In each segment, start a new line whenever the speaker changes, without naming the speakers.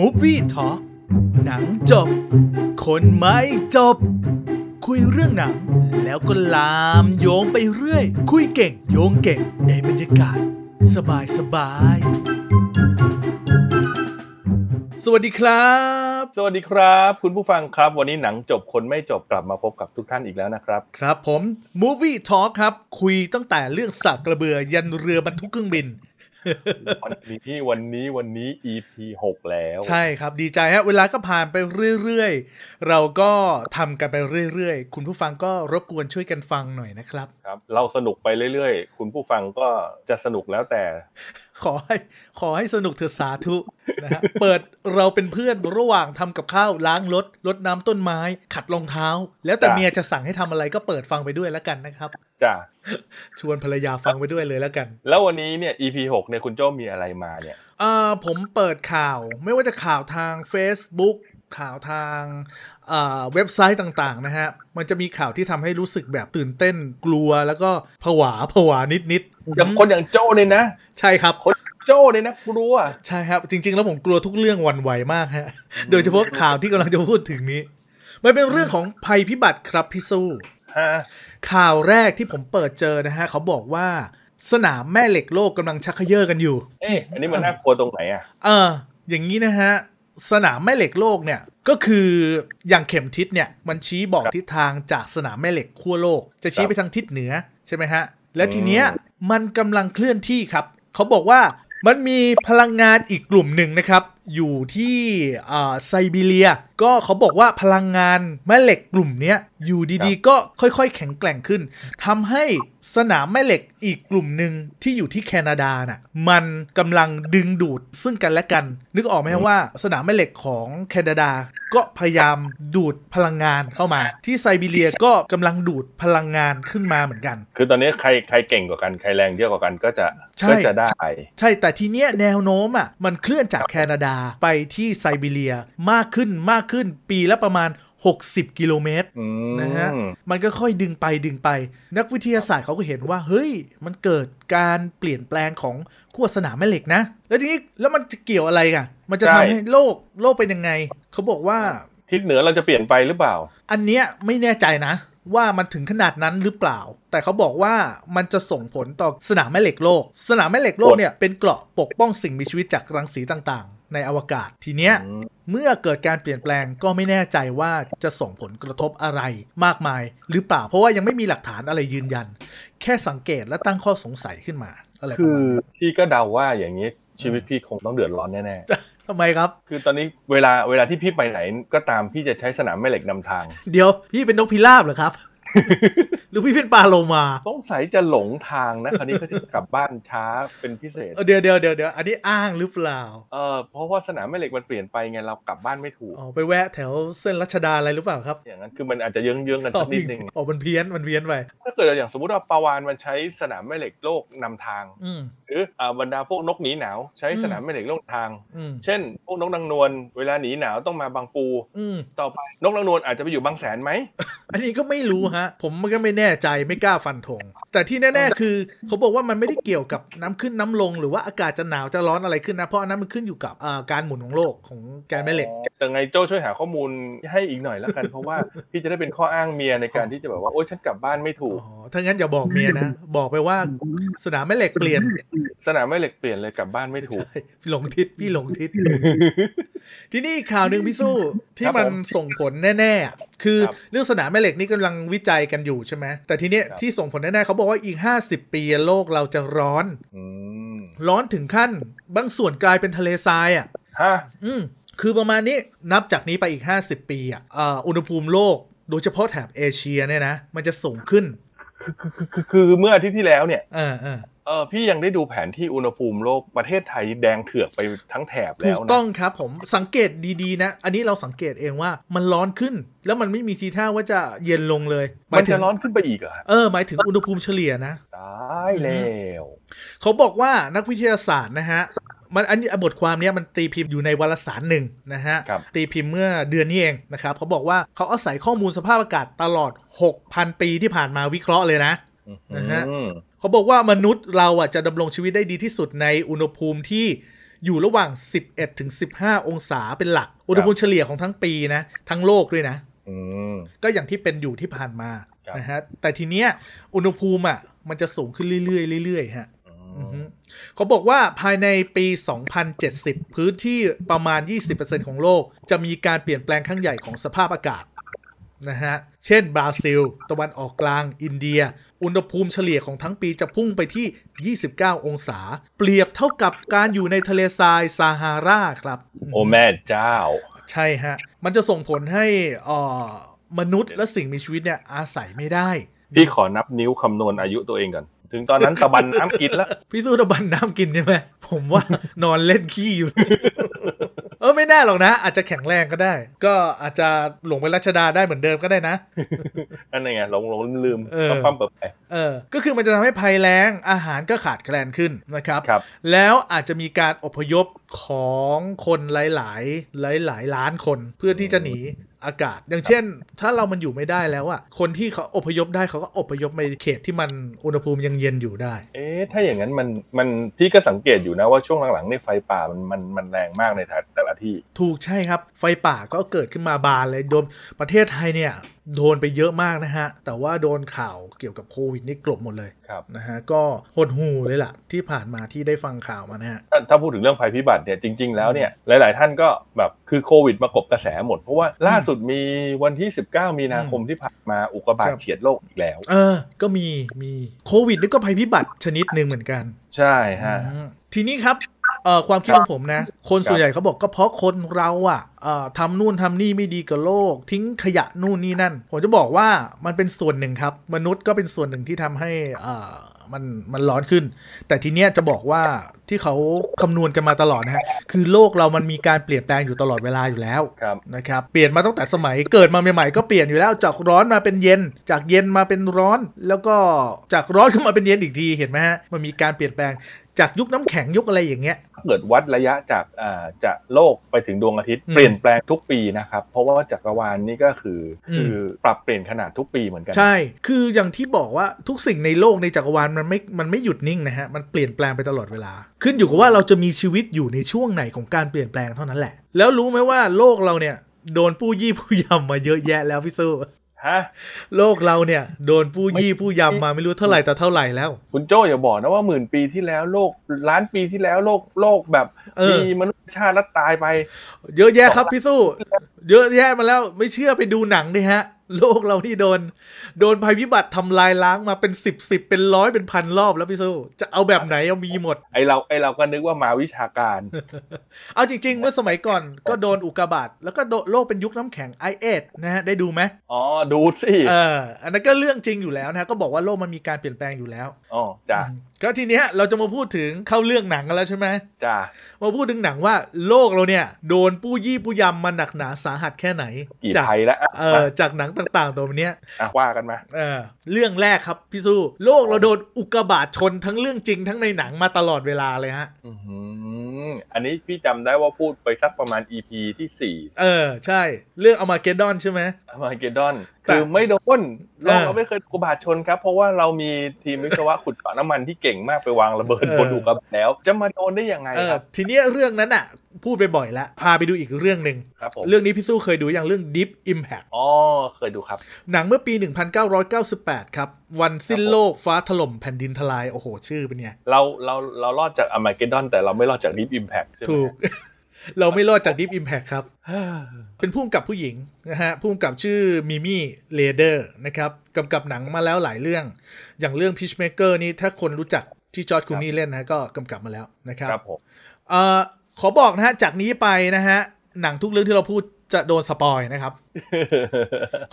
Movie Talk หนังจบ คนไม่จบ คุยเรื่องหนัง แล้วก็ลามโยงไปเรื่อย คุยเก่งโยงเก่งในบรรยากาศ สบายสบายๆสวัสดีครับ
สวัสดีครับคุณผู้ฟังครับ วันนี้หนังจบคนไม่จบกลับมาพบกับทุกท่านอีกแล้วนะครับ
ครับผม Movie Talk ครับ คุยตั้งแต่เรื่องสากกระเบือยันเรือบรรทุกเครื่องบิน
วันนี้วันนี้วันนี้ EP หกแล้ว
ใช่ครับดีใจฮะเวลาก็ผ่านไปเรื่อยๆ เราก็ทำกันไปเรื่อยๆ คุณผู้ฟังก็รบกวนช่วยกันฟังหน่อยนะครับ
ครับ เราสนุกไปเรื่อยๆ คุณผู้ฟังก็จะสนุกแล้วแต่
ขอให้ขอให้สนุกเถอะสาธุนะฮะ เปิดเราเป็นเพื่อนระหว่างทำกับข้าวล้างรถรดน้ำต้นไม้ ขัดรองเท้า แล้วแต่
จ้ะ
เมียจะสั่งให้ทำอะไรก็เปิดฟังไปด้วยแล้วกันนะครับ
จ้ะ
ชวนภรรยาฟังไปด้วยเลยแล้วกัน
แล้ววันนี้เนี่ย EP หกเนี่ยคุณโจ้มีอะไรมาเนี่ย
เอ่อผมเปิดข่าวไม่ว่าจะข่าวทาง Facebook ข่าวทางเอ่อเว็บไซต์ต่างๆนะฮะ มันจะมีข่าวที่ทำให้รู้สึกแบบตื่นเต้นกลัวแล้วก็ผวาผวานิด
อย่างคนอย่างโจ้เนี่ยนะ
ๆใช่ครับ
โจ้เนี่ยนะกลัว
ใช่ครับจริง ๆ แล้วผมกลัวทุกเรื่องหวันไหวมากฮะ โดยเฉพาะข่าวที่กำลังจะพูดถึงนี้ มันเป็นเรื่องของภัยพิบัติครับพี่สู้
ฮะ
ข่าวแรกที่ผมเปิดเจอนะฮะ เขาบอกว่าสนามแม่เหล็กโลกกำลังชักเขย่อกันอยู่
เอ๊ะอันนี้มันน่ากลัวตรงไหนอ่ะ
เอออย่างนี้นะฮะ สนามแม่เหล็กโลกเนี่ยก็คืออย่างเข็มทิศเนี่ยมันชี้บอกทิศทางจากสนามแม่เหล็กขั้วโลก จะชี้ไปทางทิศเหนือใช่ไหมฮะ และทีเนี้ยมันกำลังเคลื่อนที่ครับ เขาบอกว่ามันมีพลังงานอีกกลุ่มหนึ่งนะครับ อยู่ที่อ่าไซบีเรีย ก็เขาบอกว่าพลังงานแม่เหล็กกลุ่มเนี้ยอยู่ดีๆ ก็ค่อยๆ แข็งแกร่งขึ้นทำให้สนามแม่เหล็กอีกกลุ่มหนึ่งที่อยู่ที่แคนาดาน่ะมันกำลังดึงดูดซึ่งกันและกัน นึกออกไหมฮะว่าสนามแม่เหล็กของแคนาดา ก็พยายามดูดพลังงานเข้ามา ที่ไซบีเรียก็กำลังดูดพลังงานขึ้นมาเหมือนกัน
คือตอนนี้ใครใครเก่งกว่ากันใครแรงเยอะกว่ากันก็จะ
ใช่
ก็จะได้
ใช่แต่ทีเนี้ยแนวโน้มอ่ะมันเคลื่อนจากแคนาดาไปที่ไซบีเรียมากขึ้นมากขึ้นปีละประมาณ 60 กิโลเมตร
อืม
นะฮะมันก็ค่อยดึงไปดึงไป นักวิทยาศาสตร์เขาก็เห็นว่า เฮ้ย มันเกิดการเปลี่ยนแปลงของขั้วสนามแม่เหล็กนะ แล้วทีนี้แล้วมันจะเกี่ยวอะไรอ่ะ มันจะทำให้โลกโลกเป็นยังไง เขาบอกว่า
ทิศเหนือเราจะเปลี่ยนไปหรือเปล่า
อันเนี้ยไม่แน่ใจนะ ว่ามันถึงขนาดนั้นหรือเปล่า แต่เขาบอกว่ามันจะส่งผลต่อสนามแม่เหล็กโลก สนามแม่เหล็กโลกเนี่ยเป็นเกราะปกป้องสิ่งมีชีวิตจากรังสีต่างๆ ในอวกาศทีเนี้ย
อืม
เมื่อเกิดการเปลี่ยนแปลงก็ไม่แน่ใจว่าจะส่งผลกระทบอะไรมากมายหรือเปล่า เพราะว่ายังไม่มีหลักฐานอะไรยืนยัน แค่สังเกตและตั้งข้อสงสัยขึ้นมาอะไรประ
คือ
มาณนั้น
พี่ก็เดาว่าอย่างนี้ชีวิตพี่คงต้องเดือดร้อนแน่ๆ
ทำไมครับ
คือตอนนี้เวลาเวลาที่พี่ไปไหนก็ตามพี่จะใช้สนามแม่เหล็กนำทาง
เดี๋ยวพี่เป็นนกพิราบเหรอ ครับ หรือพี่เป็นปลาโลมา
สงสัยจะหลงทาง นะคราวนี้ก็จะกลับบ้านช้าเป็นพิเศษ
เออเดี๋ยวเดี๋ยวเดี๋ยวเดี๋ยวอันนี้อ้างหรือเปล่า
เออเพราะว่าสนามแม่เหล็กมันเปลี่ยนไปไงเรากลับบ้านไม่ถูก
อ๋อไปแวะแถวเส้นรัชดาอะไรหรือเปล่าครับ
อย่างนั้นคือมันอาจจะเยื้องๆกันสักนิดนึง
อ๋อมันเพี้ยนมันเพี้ยนไป
ถ้าเกิดอย่างสมมติว่าปาวานมันใช้สนามแม่เหล็กโลกนำทาง
อืม
หรืออ่าบรรดาพวกนกหนีหนาว ใช้สนาม
อืม
แม่เหล็กโลกทาง
อืม
เช่น พวกนกนางนวลเวลาหนีหนาวต้องมาบางปู
อืม
ต่อไปนกนางนวลอาจจะไปอยู่บางแสนไหม
อันนี้ก็ไม่รู้ฮะ ผมมันก็ไม่แน่ใจไม่กล้าฟันธงแต่ที่แน่ๆคือเขาบอกว่ามันไม่ได้เกี่ยวกับน้ำขึ้นน้ำลง หรือว่าอากาศจะหนาวจะร้อนอะไรขึ้นนะ เพราะอันนั้นมันขึ้นอยู่กับอ่าการหมุนของโลกของแกนแม่เหล็ก
แต่ไงโจ้ช่วยหาข้อมูลให้อีกหน่อยแล้วกัน เพราะ ว่าพี่จะได้เป็นข้ออ้างเมียในการที่จะแบบว่าโอ๊ยฉันกลับบ้านไม่ถู
อ๋
ก
อ ถ้างั้นอย่าบอกเมียนะ บอกไปว่าสนามแม่เหล็กเปลี่ยน
สนามแม่เหล็กเปลี่ยนเลยกลับบ้านไม่ถูก
ใช่พี่หลงทิศพี่หลง ทิศ ที่นี่ข่าวหนึ่งพี่สู้ที่
ครับ
มัน
ผม
ส่งผลแน่ๆอ่ะคือ
ครับ
เรื่องสนามแม่เหล็กนี่กำลังวิจัยกันอยู่ใช่ไหมแต่ทีเนี้ย
ครับ
ที่ส่งผลแน่ๆเขาบอกว่าอีก 50 ปีโลกเราจะร้อน
อืม
ร้อนถึงขั้น บางส่วนกลายเป็นทะเลทรายอ่ะ
ฮะ
อืมคือประมาณนี้นับจากนี้ไปอีก 50 ปีอ่ะอ่าอุณหภูมิโลก โดยเฉพาะแถบเอเชียเนี่ยนะ มันจะสูงขึ้น
คือคือคือเมื่ออาทิตย์ที่แล้วเนี่ย
เออเออ
เออพี่ยังได้ดูแผนที่อุณหภูมิโลกประเทศไทยแดงเถือกไปทั้งแถบ
ถู
แล้ว
ก
นะ
ต้องครับผมสังเกตดีๆนะ อันนี้เราสังเกตเองว่ามันร้อนขึ้น แล้วมันไม่มีทีท่าว่าจะเย็นลงเลยห
มั
มาย
น
ถึ
จะ
ง
ร้อนขึ้นไปอีกเหรอ
เออหมายถึงอุณหภูมิเฉลี่ยนะ
ตายแล้ว
เขาบอกว่านักวิทยาศาสตร์นะฮะ มันอันนี้บทความเนี้ยมันตีพิมพ์อยู่ในวารสารหนึ่งนะฮะ
ครับ
ตีพิมพ์เมื่อเดือนนี้เองนะครับเขาบอกว่าเขาอาศัยข้อมูลสภาพอากาศตลอด 6,000 ปีที่ผ่านมาวิเคราะห์เลยนะ นะฮะ
อืม
เขาบอกว่ามนุษย์เราอ่ะจะดำรงชีวิตได้ดีที่สุดในอุณหภูมิที่ อยู่ระหว่าง 11ถึง15 องศาเป็นหลัก อุณหภูมิเฉลี่ยของทั้งปีนะทั้งโลกด้วยนะ
อืม
ก็อย่างที่เป็นอยู่ที่ผ่านมา
ครับ
นะฮะแต่ทีเนี้ยอุณหภูมิอ่ะมันจะสูงขึ้นเรื่อยๆเรื่อยๆฮะอื
อื
อ
ม
ฮึเขาบอกว่าภายในปี 2070 พื้นที่ประมาณ 20%ของโลก จะมีการเปลี่ยนแปลงครั้งใหญ่ของสภาพอากาศนะฮะ เช่น บราซิล ตะวันออกกลาง อินเดีย อุณหภูมิเฉลี่ยของทั้งปีจะพุ่งไปที่ 29 องศา เปรียบเท่ากับการอยู่ในทะเลทรายซาฮาราครับ
โอ้แม่เจ้า
ใช่ฮะ มันจะส่งผลให้เอ่อมนุษย์และสิ่งมีชีวิตเนี่ยอาศัยไม่ได้
พี่ขอนับนิ้วคำนวณอายุตัวเองก่อน ถึงตอนนั้นตะบันน้ำกินแล้ว
พี่สู้ตะบันน้ำกินใช่ไหมผมว่า นอนเล่นขี้อยู่ เออไม่แน่หรอกนะ อาจจะแข็งแรงก็ได้ ก็อาจจะหลงไปรัชดาได้เหมือนเดิมก็ได้นะ
นั่นไงหลงหลงลืมลืม
เออ
ปั๊มปั๊มเปิดไป
เออ ก็คือมันจะทำให้ภัยแล้งอาหารก็ขาดแคลนขึ้นนะครับ
ครับ
แล้วอาจจะมีการอพยพของคนหลาย ๆ หลาย ๆ ล้านคนเพื่อที่จะหนีอากาศ อย่างเช่น ถ้าเรามันอยู่ไม่ได้แล้วอ่ะคนที่เขาอพยพได้เขาก็อพยพไปเขตที่มันอุณหภูมิยังเย็นอยู่ได้
เอ๊ะถ้าอย่างนั้นมันมันพี่ก็สังเกตอยู่นะว่าช่วงหลังๆในยไฟป่ามันมันมันแรงมากในแต่แต่ละที่
ถูกใช่ครับ ไฟป่าก็เกิดขึ้นมาบานเลยโดนประเทศไทยเนี่ย โดนไปเยอะมากนะฮะ แต่ว่าโดนข่าวเกี่ยวกับโควิดนี่กลบหมดเลย
ครับ
นะฮะ ก็หดหูเลยล่ะ ที่ผ่านมาที่ได้ฟังข่าวมานะฮะ
ถ้าถ้าพูดถึงเรื่องภัยพิบัติเนี่ยจริง ๆ แล้วเนี่ยหลาย ๆ ท่านก็แบบคือโควิดมากบกระแสหมด เพราะว่าล่าสุดมีวันที่ 19 มีนาคมที่ผ่านมาอุกกาบาต
ครับ
เฉียดโลกอีกแล้ว
เออ ก็มีมีโควิดนี่ก็ภัยพิบัติชนิดหนึ่งเหมือนกัน
ใช่ฮะ
อืมทีนี้ครับเอ่อความคิดของผมนะ คนส่วนใหญ่เขาบอกก็เพราะคนเราอ่ะเอ่อทำนู่นทำนี่ไม่ดีกับโลก ทิ้งขยะนู่นนี่นั่น ผมจะบอกว่ามันเป็นส่วนหนึ่งครับ มนุษย์ก็เป็นส่วนหนึ่งที่ทำให้เอ่อมันมันร้อนขึ้น แต่ทีเนี้ยจะบอกว่าที่เขาคำนวณกันมาตลอดนะฮะคือโลกเรามันมีการเปลี่ยนแปลงอยู่ตลอดเวลาอยู่แล้ว
ครับ
นะครับเปลี่ยนมาตั้งแต่สมัยเกิดมาใหม่ๆก็เปลี่ยนอยู่แล้วจากร้อนมาเป็นเย็น จากเย็นมาเป็นร้อน แล้วก็จากร้อนขึ้นมาเป็นเย็นอีกทีเห็นไหมฮะมันมีการเปลี่ยนแปลงจากยุคน้ำแข็งยุคอะไรอย่างเงี้ย
ถ้าเกิดวัดระยะจากอ่าจากโลกไปถึงดวงอาทิตย์
อืม
เปลี่ยนแปลงทุกปีนะครับ เพราะว่าจักรวาลนี่ก็คืออ
ม
คือปรับเปลี่ยนขนาดทุกปีเหมือนกัน
ใช่ คืออย่างที่บอกว่าทุกสิ่งในโลกในจักรวาลมันไม่ มันไม่หยุดนิ่งนะฮะ มันเปลี่ยนแปลงไปตลอดเวลา ขึ้นอยู่กับว่าเราจะมีชีวิตอยู่ในช่วงไหนของการเปลี่ยนแปลงเท่านั้นแหละ แล้วรู้ไหมว่าโลกเราเนี่ยโดนผู้ยี่ ผู้ยำมาเยอะแยะแล้วพี่สู้
ฮะ
โลกเราเนี่ยโดนผู้ยี่ผู้ยำมาไม่รู้เท่าไหร่แต่เท่าไหร่แล้ว
คุณโจ้อย่าบอกนะว่าหมื่นปีที่แล้วโลกล้านปีที่แล้วโลกโลกแบบ
เออ
มีมนุษยชาติแล้วตายไป
เยอะแยะครับพี่สู้ เยอะแยะมาแล้วไม่เชื่อไปดูหนังดิฮะ โลกเราที่โดน โดนภัยพิบัติทำลายล้างมาเป็นสิบสิบเป็นร้อยเป็นพันรอบแล้วพี่สู้ จะเอาแบบไหนเอามีหมด
ไอเราไอเราก็นึกว่ามาวิชาการ
เอาจริง ๆ เมื่อสมัยก่อนก็โดนอุกกาบาตแล้วก็โดนโลกเป็นยุคน้ำแข็งไอเอดนะฮะ ได้ดูไหม
อ๋อ ดูสิ
เออ อันนั้นก็เรื่องจริงอยู่แล้วนะฮะก็บอกว่าโลกมันมีการเปลี่ยนแปลงอยู่แล้ว
อ๋อจ้า
อืมก็ทีเนี้ยเราจะมาพูดถึงเข้าเรื่องหนังกันแล้วใช่ไหม
จ้า
มาพูดถึงหนังว่าโลกเราเนี่ย โดนปู้ยี่ปู้ยำมาหนักหนาสาหัสแค่ไหน
กี่
จาก
ภัยแล้วอ่ะ
เออจากหนังต่างๆ ตัวเนี้ย
อ่ะว่ากันมา
เออเรื่องแรกครับพี่สู้โลกเราโดนอุกกาบาตชนทั้งเรื่องจริงทั้งในหนังมาตลอดเวลาเลยฮะ
อื้อหืออันนี้พี่จำได้ว่าพูดไปสักประมาณ EP ที่สี่
เออ ใช่ เรื่องเอามาเกดดอนใช่ไหม
มาเกดอน
แต่
คือไม่โดน
เออ
เราเราไม่เคยถูกอุกกาบาทชนครับ เพราะว่าเรามีทีมวิศวะขุดเจาะน้ำมันที่เก่งมากไปวางระเบิดบนอุกกาบาตแล้ว จะมาโดนได้ยังไง
เออ
ครับ
ทีเนี้ยเรื่องนั้นอ่ะ พูดไปบ่อยแล้ว พาไปดูอีกเรื่องหนึ่ง
ครับผม
เรื่องนี้พี่สู้เคยดูอย่างเรื่อง Deep Impact
อ๋อเคยดูครับ
หนังเมื่อปี 1998 ครับ วันสิ้น
ครับผม
โลกฟ้าถล่มแผ่นดินทลาย โอ้โห ชื่อเป็นไง
เราเราเรารอดจากอเมริกดอนแต่เราไม่รอดจากดิฟอิมแพคใช่ไหม
ถูก เราไม่รอดจาก Deep Impact ครับ
เฮ้อ
เป็นผู้กำกับผู้หญิงนะฮะผู้กำกับชื่อมิมี่เลเดอร์นะครับกำกับหนังมาแล้วหลายเรื่อง อย่างเรื่อง Peacemaker นี่ถ้าคนรู้จักที่จอร์จคลูนี่เล่นนะก็กำกับมาแล้วนะครับ
ครับผม
เอ่อขอบอกนะฮะจากนี้ไปนะฮะหนังทุกเรื่องที่เราพูดจะโดนสปอยนะครับ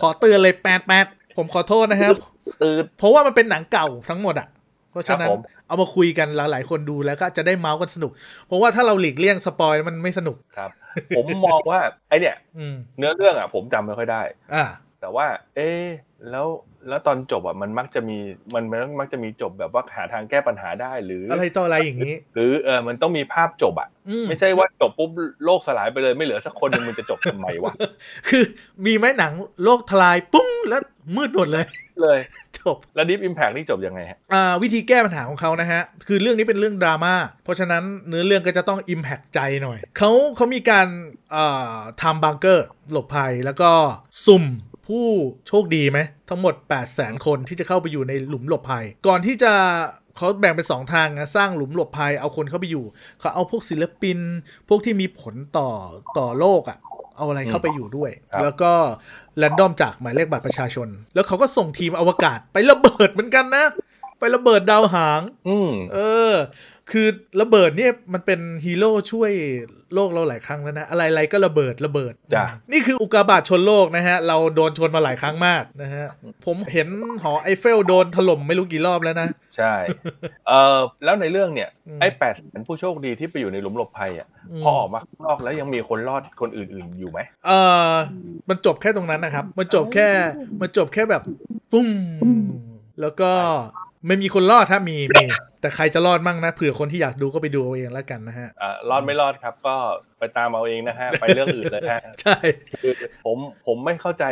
ขอเตือนเลยแปดแปดผมขอโทษนะครับ
ตืด
เพราะว่ามันเป็นหนังเก่าทั้งหมดอ่ะ เพราะฉะนั้
คน รับผม
เอามาคุยกันหลายๆคนดูแล้วก็จะได้เมาส์กันสนุก เพราะว่าถ้าเราหลีกเลี่ยงสปอยมันไม่สนุก
ครับ ผมมองว่าไอเนี่ย
อืม
เนื้อเรื่องอ่ะผมจำไม่ค่อยได้
อ่า
แต่ว่า เอ๊ะแล้วแล้วตอนจบอ่ะมันมักจะมีมันมันมักจะมีจบแบบว่าหาทางแก้ปัญหาได้หรืออ
อะไรต่ออะไรอย่างนี้
หรือเออมันต้องมีภาพจบอ่ะ
อืม
ไม่ใช่ว่าจบปุ๊บโลกสลายไปเลยไม่เหลือสักคนหนึงมันจะจบทำไมวะ
คือมีไหมหนังโลกทลาย ปุ้งแล้วมืดหมดเลย
เลย
จ จบ
แล้วดิฟอิมแพกนี่จบยังไงฮะ
อ่าวิธีแก้ปัญหาของเขานะฮะ คือเรื่องนี้เป็นเรื่องดราม่าเพราะฉะนั้นเนื้อเรื่องก็จะต้อง Impact ใจหน่อย เขาเขามีการอ่าทำบังเกอร์ หลบภัยแล้วก็สุ่มผู้โชคดีไหม ทั้งหมด 8 0 0 0 0 0 คนที่จะเข้าไปอยู่ในหลุมหลบภัย ก่อนที่จะเขาแบ่งเป็น 2 ทางนะสร้างหลุมหลบภัยเอาคนเข้าไปอยู่ เขาเอาพวกศิลปิน พวกที่มีผลต่อต่อโลกอะ่ะ เอาอะไรเข้าไปอยู่ด้วย
ครับ
แล้วก็แรนดอมจากหมายเลขบัตรประชาชน แล้วเขาก็ส่งทีมอวกาศไประเบิดเหมือนกันนะ ไประเบิดดาวหาง
อืม
เออ คือระเบิดเนี่ยมันเป็นฮีโร่ช่วยโลกเราหลายครั้งแล้วนะ อะไรๆก็ระเบิดระเบิด
จ้ะ
นี่คืออุกกาบาตชนโลกนะฮะ เราโดนชนมาหลายครั้งมากนะฮะ ผมเห็นหอไอเฟลโดนถล่มไม่รู้กี่รอบแล้วนะ
ใช่ เออแล้วในเรื่องเนี่ย
อืม
ไอ้แปดแสนผู้โชคดีที่ไปอยู่ในหลุมหลบภัยอ่ะ
ม
พอออกมาข้างนอกแล้วยังมีคนรอดคนอื่น ๆอยู่ไหม
เออมันจบแค่ตรงนั้นนะครับ มันจบแค่ มันจบแค่แบบปุ้ม แล้วก็ไม่มีคนรอดถ้ามีมี แต่ใครจะรอดมั่งนะ เผื่อคนที่อยากดูก็ไปดูเอาเองแล้วกันนะฮะ
อ่ารอดไม่รอดครับก็ไปตามเอาเองนะ ฮะ ไปเรื่องอื่นเลยฮะ
ใช่
คือผมผมไม่เข้าใจ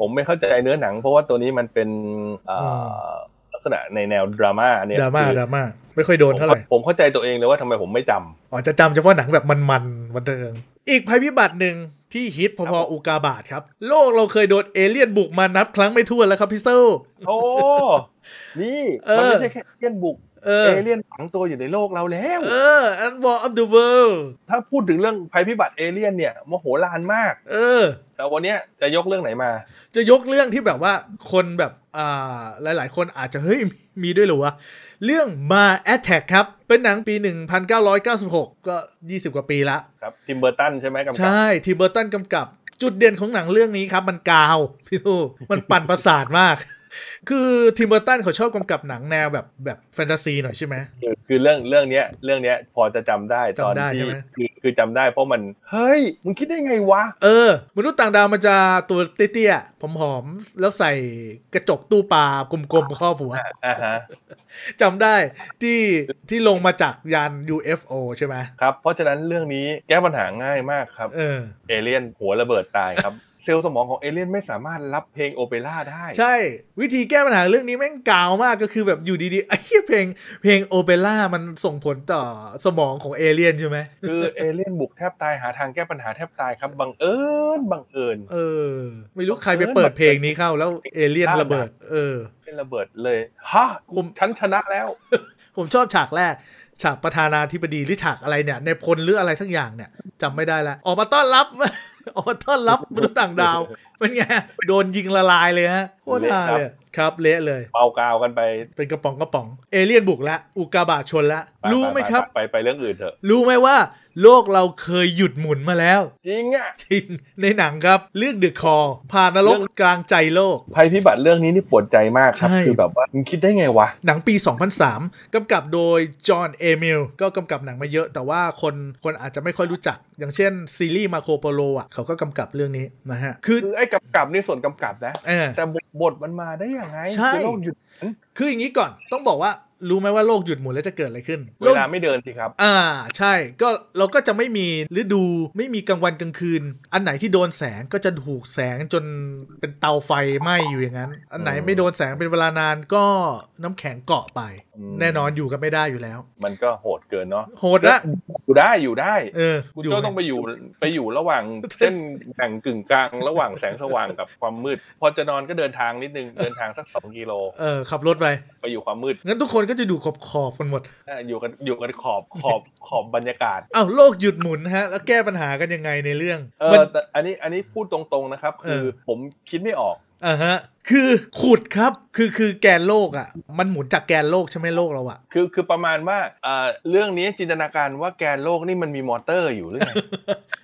ผมไม่เข้าใจเนื้อหนัง เพราะว่าตัวนี้มันเป็นเอ่อลักษณะในแนวดราม่าเนี่ย
ดราม่า
คือ
ดราม่าไม่ค่อยโดน
ผม
เท่าไหร่
ผมเข้าใจตัวเองเลยว่าทำไมผมไม่จำ
อ๋อจะจำเฉพาะหนังแบบมันๆบันเทิงอีกภัยพิบัติหนึ่งที่ฮิตพ
ครั
อบ ๆอุกาบาตครับ โลกเราเคยโดนเอเลี่ยนบุกมานับครั้งไม่ถ้วนแล้วครับพี่โซ่
โอ้ นี่
เออ
มันไม่ใช่แค่เอเลี่ยนบุก
เอ
เอ
อ
เลี่ยนฝังตัวอยู่ในโลกเราแล้ว
เอออันวอลอัพเดอะเวิลด์
ถ้าพูดถึงเรื่องภัยพิบัติเอเลี่ยนเนี่ยโมโหลานมาก
เออ
แต่วันเนี้ยจะยกเรื่องไหนมา
จะยกเรื่องที่แบบว่าคนแบบอ่าหลาย ๆ คนอาจจะเฮ้ยมีมีด้วยเหรอวะ เรื่อง Ma Attack ครับ เป็นหนังปี 1996 ก็ 20 กว่าปีละ
ครับทิมเบอร์ตันใช่ไหมกำกับ
ใช่ ทีเบอร์ตันกำกับ จุดเด่นของหนังเรื่องนี้ครับ มันกาว พี่ทูมันปั่นประสาทมาก คือทีมเบอร์ตันเขาชอบกำกับหนังแนวแบบแบบแฟนตาซีหน่อยใช่ไหม
คือคือเรื่องเรื่องเนี้ยเรื่องเนี้ยพอจะจำได้ตอน
จำได้
ที่
ใช่ไหม
คือคือจำได้เพราะมัน เฮ้ย มึงคิดได้ไงวะ
เออ มนุษย์ต่างดาวมันจะตัวเตี้ยๆผอมๆแล้วใส่กระจกตู้ปลากลมๆครอบ หัว
อ่าฮะ
จำได้ที่ที่ลงมาจากยาน UFO ใช่ไหม
ครับ เพราะฉะนั้นเรื่องนี้แก้ปัญหาง่ายมากครับ
เออ
เอเลี่ยนหัวระเบิดตายครับ เซลล์สมองของเอเลี่ยนไม่สามารถรับเพลงโอเปร่าได้
ใช่วิธีแก้ปัญหาเรื่องนี้แม่งกาวมากก็คือแบบอยู่ดีๆไอ้เหี้ยเพลงเพลงโอเปร่ามันส่งผลต่อสมองของเอเลี่ยนใช่ไหม
คือเอเลี่ยนบุกแทบตายหาทางแก้ปัญหาแทบตายครับบังเอิญบังเอิญ
เออ ไม่รู้ใครไปเปิดเพลงนี้เข้าแล้วเอเลี่ยนระเบิด เออ
เป็นระเบิดเลยฮะ
ผม
ฉันชนะแล้ว
ผมชอบฉากแรก ฉากประธานาธิบดีหรือฉากอะไรเนี่ยในพลหรืออะไรทั้งอย่างเนี่ยจำไม่ได้ละออกมาต้อนรับ ออกมาต้อนรับมนุษย์ต่างดาวเป็นไงโดนยิงละลายเลยฮะโคตรฮาเลยครับเละเลย
เป่ากาวกันไป
เป็นกระป๋องกระป๋อง เอเลี่ยนบุกละอุกกาบาตชนละ
ป
รู้ไหมครับ
ไปไปเรื่องอื่นเถอะ
รู้ไหมว่า โลกเราเคยหยุดหมุนมาแล้ว
จริงอ่ะ
จริง ในหนังครับ เรื่องเดือดคอ ผ่านนรก
เรื่อง
กลางใจโลก
ภัยพิบัติเรื่องนี้นี่ปวดใจมากครับ
ใช่
คือแบบว่ามึงคิดได้ไงวะ
หนังปี 2003 กำกับโดยจอห์นเอมิลก็กำกับหนังมาเยอะ แต่ว่าคนคนอาจจะไม่ค่อยรู้จัก อย่างเช่นซีรีส์มาโคโปโลอ่ะเขาก็กำกับเรื่องนี้นะฮะ คือ
คือไอ้กำกับนี่ส่วนกำกับนะ
เออ
แต่บทบทมันมาได้ยังไง
ใช่
คือโลกหยุด
คืออย่างนี้ก่อนต้องบอกว่ารู้ไหมว่าโลกหยุดหมุนแล้วจะเกิดอะไรขึ้น
เว
โลก
ลาไม่เดินสิครับ
อ่าใช่ก็เราก็จะไม่มีฤดูไม่มีกลางวันกลางคืน อันไหนที่โดนแสงก็จะถูกแสงจนเป็นเตาไฟไหม้อยู่อย่างนั้น อันไหน
อืม
ไม่โดนแสงเป็นเวลานานก็น้ำแข็งเกาะไป
อืม
แน่นอนอยู่กันไม่ได้อยู่แล้ว
มันก็โหดเกินเนาะ
โหดละ
อยู่ได้อยู่ได้
เออ
กู
อยู่
โจ้ต้องไปอยู่ไปอยู่ระหว่างเส้นแบ่งกึ่งกลาง ระหว่างแสงสว่างกับความมืด พอจะนอนก็เดินทางนิดนึง เดินทางสักสองกิโล
เออขับรถไป
ไปอยู่ความมืด
งั้นทุกคนก็จะดูขอบขอบๆกันหมด
อ่ะอยู่กันอยู่กันขอบขอบขอบบรรยากาศ
อ้าวโลกหยุดหมุนฮะ แล้วแก้ปัญหากันยังไงในเรื่อง
เอ
มัน
อแต่อันนี้อันนี้พูดตรงๆนะครับ คือ
เออ
ผมคิดไม่ออก
อ่าฮะคือขุดครับคือคือแกนโลกอ่ะ มันหมุนจากแกนโลกใช่ไหมโลกเราอ่ะ
คือคือประมาณว่าเอ่อเรื่องนี้จินตนาการว่าแกนโลกนี่มันมีมอเตอร์อยู่หรือ ไง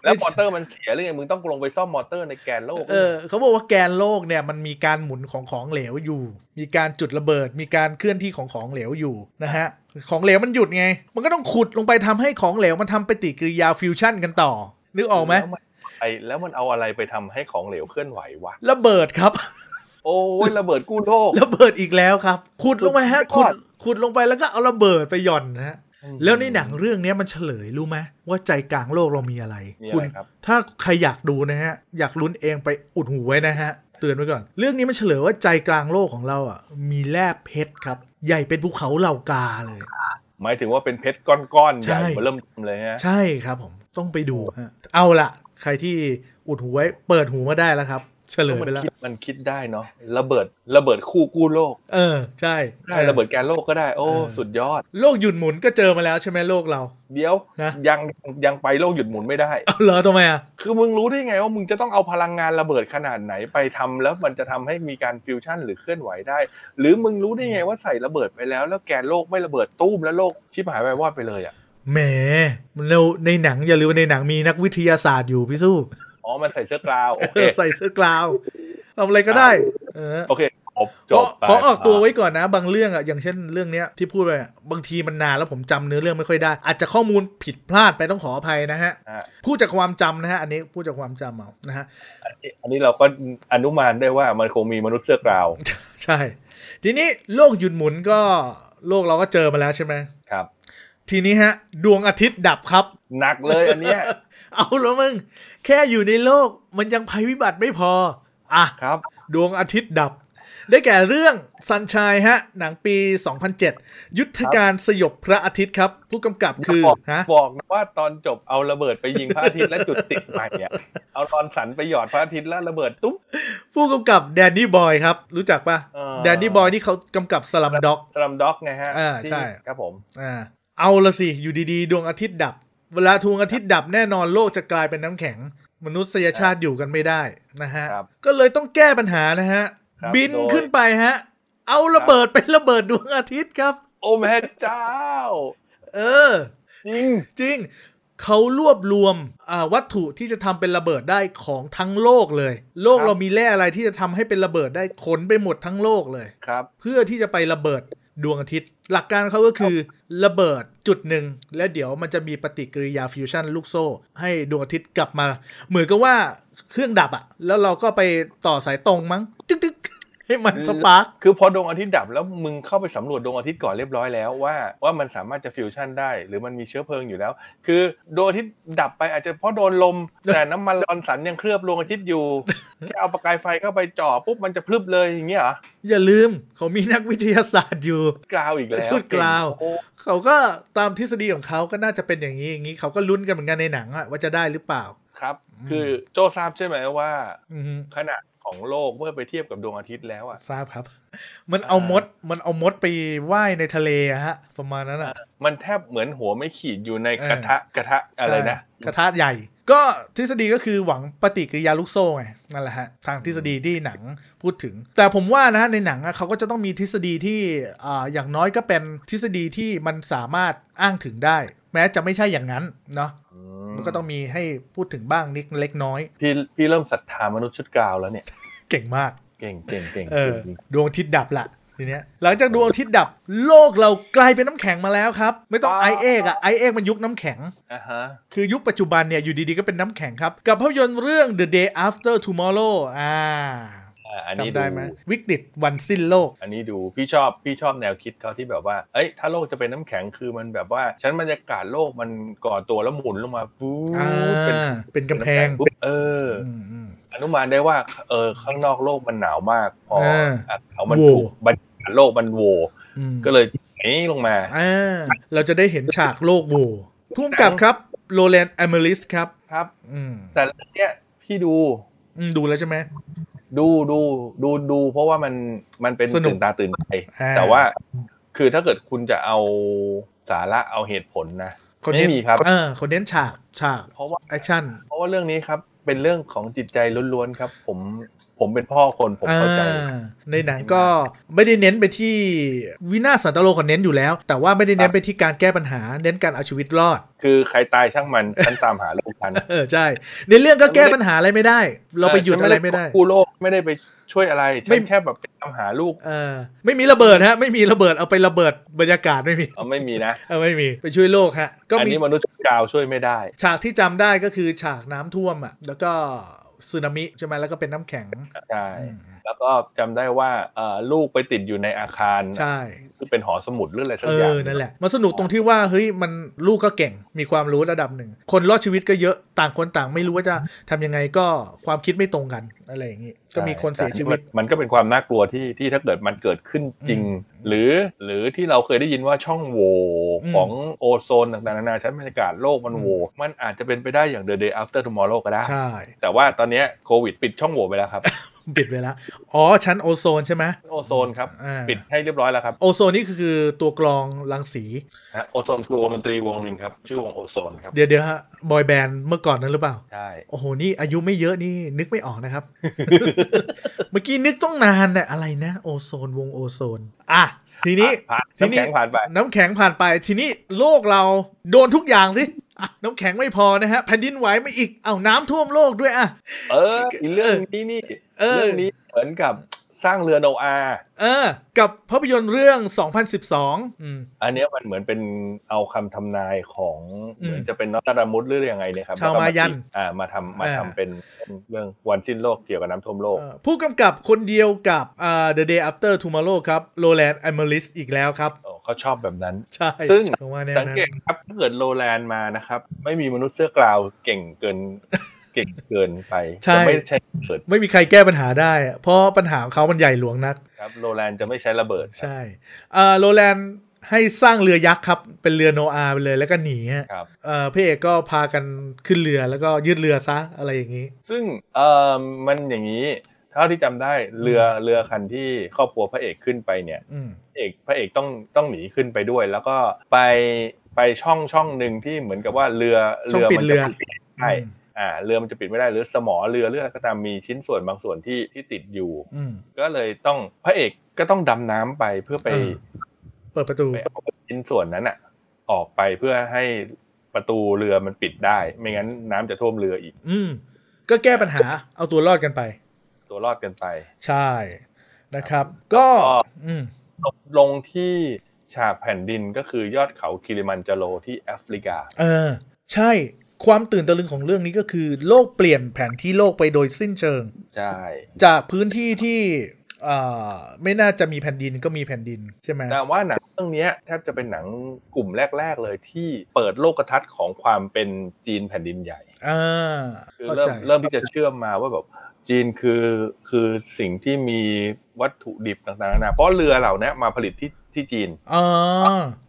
แล้วมอเตอร์มันเสียหรือไงมึงต้องลงไปซ่อมมอเตอร์ในแกนโลก
เออเขาบอกว่าแกนโลกเนี่ยมันมีการหมุนของของเหลวอยู่ มีการจุดระเบิด มีการเคลื่อนที่ของของเหลวอยู่นะฮะ ของเหลวมันหยุดไง มันก็ต้องขุดลงไปทำให้ของเหลวมันทำปฏิกิริยาฟิวชั่นกันต่อ นึกออกไหม
แล้วนไอแล้วมันเอาอะไรไปทำให้ของเหลวเคลื่อนไหววะ
ระเบิดครับ
โอ้ยระเบิดกู้โลก
ระเบิดอีกแล้วครับ ขุดลงไปฮะขุ
สุดย
ด
อด
ขุดลงไปแล้วก็เอาระเบิดไปหย่อนนะฮะ
อืม
แล้วในหนังเรื่องเนี้ยมันเฉลยรู้ไหมว่าใจกลางโลกเรามีอะไร
มีอะไร
ณ
ครับ
ถ้าใครอยากดูนะฮะ อยากลุ้นเองไปอุดหูไว้นะฮะ เตือนไว้ก่อน เรื่องนี้มันเฉลยว่าใจกลางโลกของเราอ่ะมีแร่เพชรครับ ใหญ่เป็นภูเขาเหล่ากาเลย
หมายถึงว่าเป็นเพชรก้อนๆใหญ่
ใช่
เริ่มเลยฮะ
ใช่ครับผมต้องไปดูฮะเอาละใครที่อุดหูไว้เปิดหูมาได้แล้วครับ เฉลย
มั
ไปแล้ว
คิดมันคิดได้เนาะระเบิดระเบิดคู่กู้โลก
เออ ใช่
ได้ระเบิดแกนโลกก็ได้โอ้
เออ
สุดยอด
โลกหยุดหมุนก็เจอมาแล้วใช่ไหมโลกเรา
เดี๋ยว
นะ
ยังยังไปโลกหยุดหมุนไม่ได้
เอาเหรอทำไมอ่ะ
คือมึงรู้ได้ไงว่ามึงจะต้องเอาพลังงานระเบิดขนาดไหนไปทำแล้วมันจะทำให้มีการฟิวชั่นหรือเคลื่อนไหวได้ หรือมึงรู้ได้ไงว่าใส่ระเบิดไปแล้ว แล้วแกนโลกไม่ระเบิดตู้มแล้วโลกชิบหายไปวอดไปเลยอ่ะ
แหมเราในหนังอย่าลืมว่าในหนังมีนักวิทยาศาสตร์อยู่พี่สู้
อ๋อมันใส่เสื้อกลาวโอเค
ใส่เสื้อกลาวทำอะไรก็ได้ เออ
โอเคจบจ
ขอบ
ไป
ขอออกตัวไว้ก่อนนะ บางเรื่องอ่ะอย่างเช่นเรื่องเนี้ยที่พูดไปอะบางทีมันนานแล้วผมจำเนื้อเรื่องไม่ค่อยได้ อาจจะข้อมูลผิดพลาดไปต้องขออภัยนะฮะ
อ่ะ
พูดจากความจำนะฮะอันนี้พูดจากความจำเอานะฮะ
อันนี้เราก็อนุมานได้ว่ามันคงมีมนุษย์เสื้อกลาว
ใช่ ทีนี้โลกหยุดหมุนก็โลกเราก็เจอมาแล้วใช่ไหม
ครับ
ทีนี้ฮะ ดวงอาทิตย์ดับครับ
หนักเลยอันเนี้ย
เอาแล้วมึง แค่อยู่ในโลกมันยังภัยวิบัติไม่พอ อ่ะ
ครับ
ดวงอาทิตย์ดับ ได้แก่เรื่องซันช n ยฮะ หนังปี 2007 ยุทธการสยบพระอาทิตย์ครับ ผู้กำกับคือ
บอก
ฮะ
บอกนะว่าตอนจบเอาระเบิดไปยิงพระอาทิตย์และจุดติดใหม่เนี่ยเอาตอนสันไปหยอดพระอาทิตย์แล้วระเบิดตุ๊บ
ผู้กำกับแดนนี่บอยครับ รู้จักปะ
เออ
แดนนี่บอยนี่เขากำกับสลัมด็อก
สลัมด็อกไงฮะ
อ่า
ที่
ใช่
ครับผม
อ่าเอาละสิ อยู่ดีๆ ดวงอาทิตย์ดับ เวลาดวงอาทิตย์ดับแน่นอนโลกจะกลายเป็นน้ำแข็ง มนุษยชาติอยู่กันไม่ได้นะฮะ
ครับ
ก็เลยต้องแก้ปัญหานะฮะ
ครับ
บิน
โดย
ขึ้นไปฮะ เอาระเบิดไประเบิดดวงอาทิตย์ครับ
โอ้แม่เจ้า
เออ
จริง
จริง เขารวบรวมอ่าวัตถุที่จะทำเป็นระเบิดได้ของทั้งโลกเลย โลก
ครับ
เรามีแร่อะไรที่จะทำให้เป็นระเบิดได้ขนไปหมดทั้งโลกเลย
ครับ
เพื่อที่จะไประเบิดดวงอาทิตย์ หลักการเขาก็คือระเบิดจุดหนึ่ง และเดี๋ยวมันจะมีปฏิกิริยาฟิวชั่นลูกโซ่ ให้ดวงอาทิตย์กลับมา เหมือนกับว่าเครื่องดับอะแล้วเราก็ไปต่อสายตรงมั้งตึกตึกๆ ให้มันสปาร์ก
คือพอดวงอาทิตย์ดับแล้วมึงเข้าไปสำรวจดวงอาทิตย์ก่อนเรียบร้อยแล้วว่าว่ามันสามารถจะฟิวชั่นได้ หรือมันมีเชื้อเพลิงอยู่แล้ว คือดวงอาทิตย์ดับไปอาจจะเพราะโดนล ม แต่น้ำมันรอนสันยังเคลือบดวงอาทิตย์อยู่ แค่เอาประกายไฟเข้าไปจ่อปุ๊บมันจะพลึบเลยอย่างเงี้ยเหรอ
อย่าลืมเขามีนักวิทยาศาสตร์อยู่
กราวอีกแล้ว
ชุดกราว
โอ้
เขาก็ตามทฤษฎีของเขาก็น่าจะเป็นอย่างนี้อย่างนี้เขาก็ลุ้นกันเหมือนกันในหนังอะว่าจะได้หรือเปล่า
ครับ คือโจทราบใช่ไหมว่า
อือฮึ
ขนาดของโลกเมื่อไปเทียบกับดวงอาทิตย์แล้วอ่ะ
ทราบ ครับ มันเอามดมันเอามดไปว่ายในทะเลอะฮะ ประมาณนั้นอะ
มันแทบเหมือนหัวไม่ขีดอยู่ใน
เออ
กระทะกระทะอะไรนะ
ใช่กระทะใหญ่ ก็ทฤษฎีก็คือหวังปฏิกิริยาลูกโซ่ไงนั่นแหละฮะทางทฤษฎีที่หนังพูดถึง แต่ผมว่านะฮะในหนังอะเขาก็จะต้องมีทฤษฎีที่อ่าอย่างน้อยก็เป็นทฤษฎีที่มันสามารถอ้างถึงได้ แม้จะไม่ใช่อย่างนั้นเนาะมันก็ต้องมีให้พูดถึงบ้างนิดเล็กน้อย
พี่พี่เริ่มศรัทธามนุษย์ชุดกาวแล้วเนี่ย
เก่งมาก
เก่งเก่งเก่ง
เออ
เก่ง
ดวงอาทิตย์ดับละทีเนี้ยหลังจากดวงอาทิตย์ดับโลกเรากลายเป็นน้ำแข็งมาแล้วครับ ไม่ต้องไอเอ็กอะไอเอ็กมันยุคน้ำแข็ง
อ่ะฮะ
คือยุคปัจจุบันเนี่ย อยู่ดีๆ ก็เป็นน้ำแข็งครับ กับภาพยนตร์เรื่อง The Day After Tomorrow อ่า
อ่าอันนี้
จำ
ดู
ได้ไหมวิกฤตวันสิ้นโลก
อันนี้ดูพี่ชอบพี่ชอบแนวคิดเขาที่แบบว่า เอ้ยถ้าโลกจะเป็นน้ำแข็งคือมันแบบว่าชั้นบรรยากาศโลกมันก่อตัวแล้วหมุนลงมาฟูด
อ่า
เป็น
เป็นกำแพง
ปุ๊บเอออ
อืมอืม
อนุมานได้ว่าเออข้างนอกโลกมันหนาวมากพอ
เออ
อากาศมัน
โว
ถูกบรรยากาศโลกมันโว
อืม
ก็เลยไหนลงมา
อ่าเราจะได้เห็นฉากโลกโวพุ่มกับครับโรแลนด์อเมริสครับ
ครับ
อืม
แต่เรื่องเนี้ยพี่ดู
อืมดูแล้วใช่ไหม
ดูดูดูดูเพราะว่ามันมันเป็น
สนุก
ตื่นตาตื่นใจ
อ่า
แต่ว่าคือถ้าเกิดคุณจะเอาสาระเอาเหตุผลนะ
เขาเน้น
ไม่มีครับ
เออเขาเน้นฉากฉาก
เพราะว่า
แอคชั่น
เพราะว่าเรื่องนี้ครับเป็นเรื่องของจิตใจล้วนๆครับ ผมผมเป็นพ่อคนผมเข้าใจ
อ่าในหนังก็ไม่ได้เน้นไปที่วินาศสันตโลกเขาเน้นอยู่แล้ว แต่ว่าไม่ได้เน้
ครั
น
บ
ไปที่การแก้ปัญหา เน้นการเอาชีวิตรอด
คือใครตายช่างมัน ฉันตามหาลูกทัน
เออใช่ในเรื่องก็แก้ปัญหาอะไรไม่ได้ เราไปหยุดอะไรไม่ได้
กู้โลกไม่ได้ไปช่วยอะไรฉั
ไม่
นแค่แบบไปตามหาลูก
เออไม่มีระเบิดฮะ ไม่มีระเบิดเอาไประเบิดบรรยากาศไม่มี
เอาไม่มีนะ
เออไม่มีไปช่วยโลกฮะ ก็
อัน
มี
นี้มนุษย์กาวช่วยไม่ได้
ฉากที่จำได้ก็คือฉากน้ำท่วมอ่ะแล้วก็สึนามิใช่ไหมแล้วก็เป็นน้ำแข็ง
ใช่ แล้วก็จำได้ว่าเอ่อลูกไปติดอยู่ในอาคาร
ใช่
คือเป็นหอสมุดหรืออะไรสัก
เอ
อย่าง
อ นั่นแหละ มันสนุกตรงที่ว่าเฮ้ยมันลูกก็เก่งมีความรู้ระดับหนึ่ง คนรอดชีวิตก็เยอะต่างคนต่างไม่รู้ว่าจะทำยังไงก็ความคิดไม่ตรงกันอะไรอย่างนี้ ก็มีคนเสียชีวิต
มันก็เป็นความน่ากลัวที่ที่ถ้าเกิดมันเกิดขึ้นจริง หรือหรือที่เราเคยได้ยินว่าช่องโหว่
อืม
ของโอโซนต่างๆนานาชั้นบรรยากาศโลกมันโหว่มันอาจจะเป็นไปได้อย่าง The Day After Tomorrow ก็ได้
ใช่
แต่ว่าตอนเนี้ยโควิดปิดช่องโหว่ไปแล้วครับ
ปิดไปแล้วอ๋อชั้นโอโซนใช่ไหม
โอโซนครับ
อ่า
ปิดให้เรียบร้อยแล้วครับ
โอโซนนี่คือตัวกรองรังสี
ฮะโอโซนคือวงดนตรีวงหนึ่งครับ ชื่อวงโอโซนครับ
เดี๋ยวเดี๋ยวฮะบอยแบนด์เมื่อก่อนนั้นหรือเปล่า
ใช่
โอ้โห นี่อายุไม่เยอะนี่นึกไม่ออกนะครับ เมื่อกี้นึกต้องนานนะอะไรนะ โอโซนวงโอโซน อ่ะ ทีนี้
ผ่าน
ที
น้ำ
นี้
แข็งผ่านไป
น้ำแข็งผ่านไปทีนี้โลกเราโดนทุกอย่างสิอ่ะน้ำแข็งไม่พอนะฮะ แผ่นดินไหวไม่อีก เอาน้ำท่วมโลกด้วยอ่ะ
เอออีกเรื่องนี้นี่
เออ
เรื่องนี้เหมือนกับสร้างเรือโนอาห์
เออ กับภาพยนตร์เรื่อง 2012 อืม
อันเนี้ยมันเหมือนเป็นเอาคำทำนายของ
อืม
เหมือนจะเป็นนอตตาดามุสหรือยังไงเนี่ยครับ
ชาวมายัน
แล้ก็อ่ามาทำมาทำ
อ่า
เป็นเรื่องวันสิ้นโลกเกี่ยวกับน้ำท่วมโลก
เอ่อผู้กำกับคนเดียวกับอ่า The Day After Tomorrow ครับโรแลนด์อเมริสอีกแล้วครับ
เขาชอบแบบนั้น
ใช่
ซึ่ง
ผมว่าแนว
สัง
นั้น
เกตครับถ้าเกิดโลแลนด์มานะครับ ไม่มีมนุษย์เสื้อกลาวเก่งเกิน เก่งเกินไป
ใช่
จะไม่ใช้ระเบิด
ไม่มีใครแก้ปัญหาได้อะเพราะปัญหาของเขามันใหญ่หลวงนัก
ครับโลแลนด์จะไม่ใช้ระเบิดครับ
ใช่เอ่อโรแลนด์ให้สร้างเรือยักษ์ครับ เป็นเรือโนอาห์ไปเลยแล้วก็หนีฮะ
ครับ
เอ่อพระเอกก็พากันขึ้นเรือแล้วก็ยืดเรือซะอะไรอย่างนี้
ซึ่งเอ่อมันอย่างนี้เท่าที่จำได้เรือเรือคันที่ครอบครัวพระเอกขึ้นไปเนี่ย
อืม
พระเอกพระเอกต้องต้องหนีขึ้นไปด้วย แล้วก็ไปไปช่องช่องหนึ่งที่เหมือนกับว่าเรือ
ช่องปิด
มั
เรือ
จะปิดไม่ได้อ่าเรือมันจะปิดไม่ได้หรือสมอเรือเรืออะไรก็ตามมีชิ้นส่วนบางส่วนที่ที่ติดอยู่
อืม
ก็เลยต้องพระเอกก็ต้องดำน้ำไปเพื่อไป
เออ เปิดประตู
ไปเอาชิ้นส่วนนั้นอะออกไปเพื่อให้ประตูเรือมันปิดได้ ไม่งั้นน้ำจะท่วมเรืออีก
อืม ก็แก้ปัญหาเอาตัวรอดกันไป
ตัวรอดกันไป
ใช่นะครับ ก็อืม
ลงลงที่ฉากแผ่นดินก็คือยอดเขาคิริมันจาโรที่แอฟริกา
เออ ใช่ความตื่นตะลึงของเรื่องนี้ก็คือ โลกเปลี่ยนแผนที่โลกไปโดยสิ้นเชิง
ใช่
จากพื้นที่ที่เอ่อไม่น่าจะมีแผ่นดินก็มีแผ่นดินใช่ไหม
แต่ว่าหนังเรื่องเนี้ยแทบจะเป็นหนังกลุ่มแรก ๆ เลยที่เปิดโลกทัศน์ของความเป็นจีนแผ่นดินใหญ่
อ่า
คือ
ข้า
เริ่ม
ใจ
เริ่มที่จะเชื่อมมาว่าแบบจีนคือคือสิ่งที่มีวัตถุดิบต่างๆนานาเพราะเรือเหล่าเนี้ยมาผลิตที่ที่จีน
อ๋อ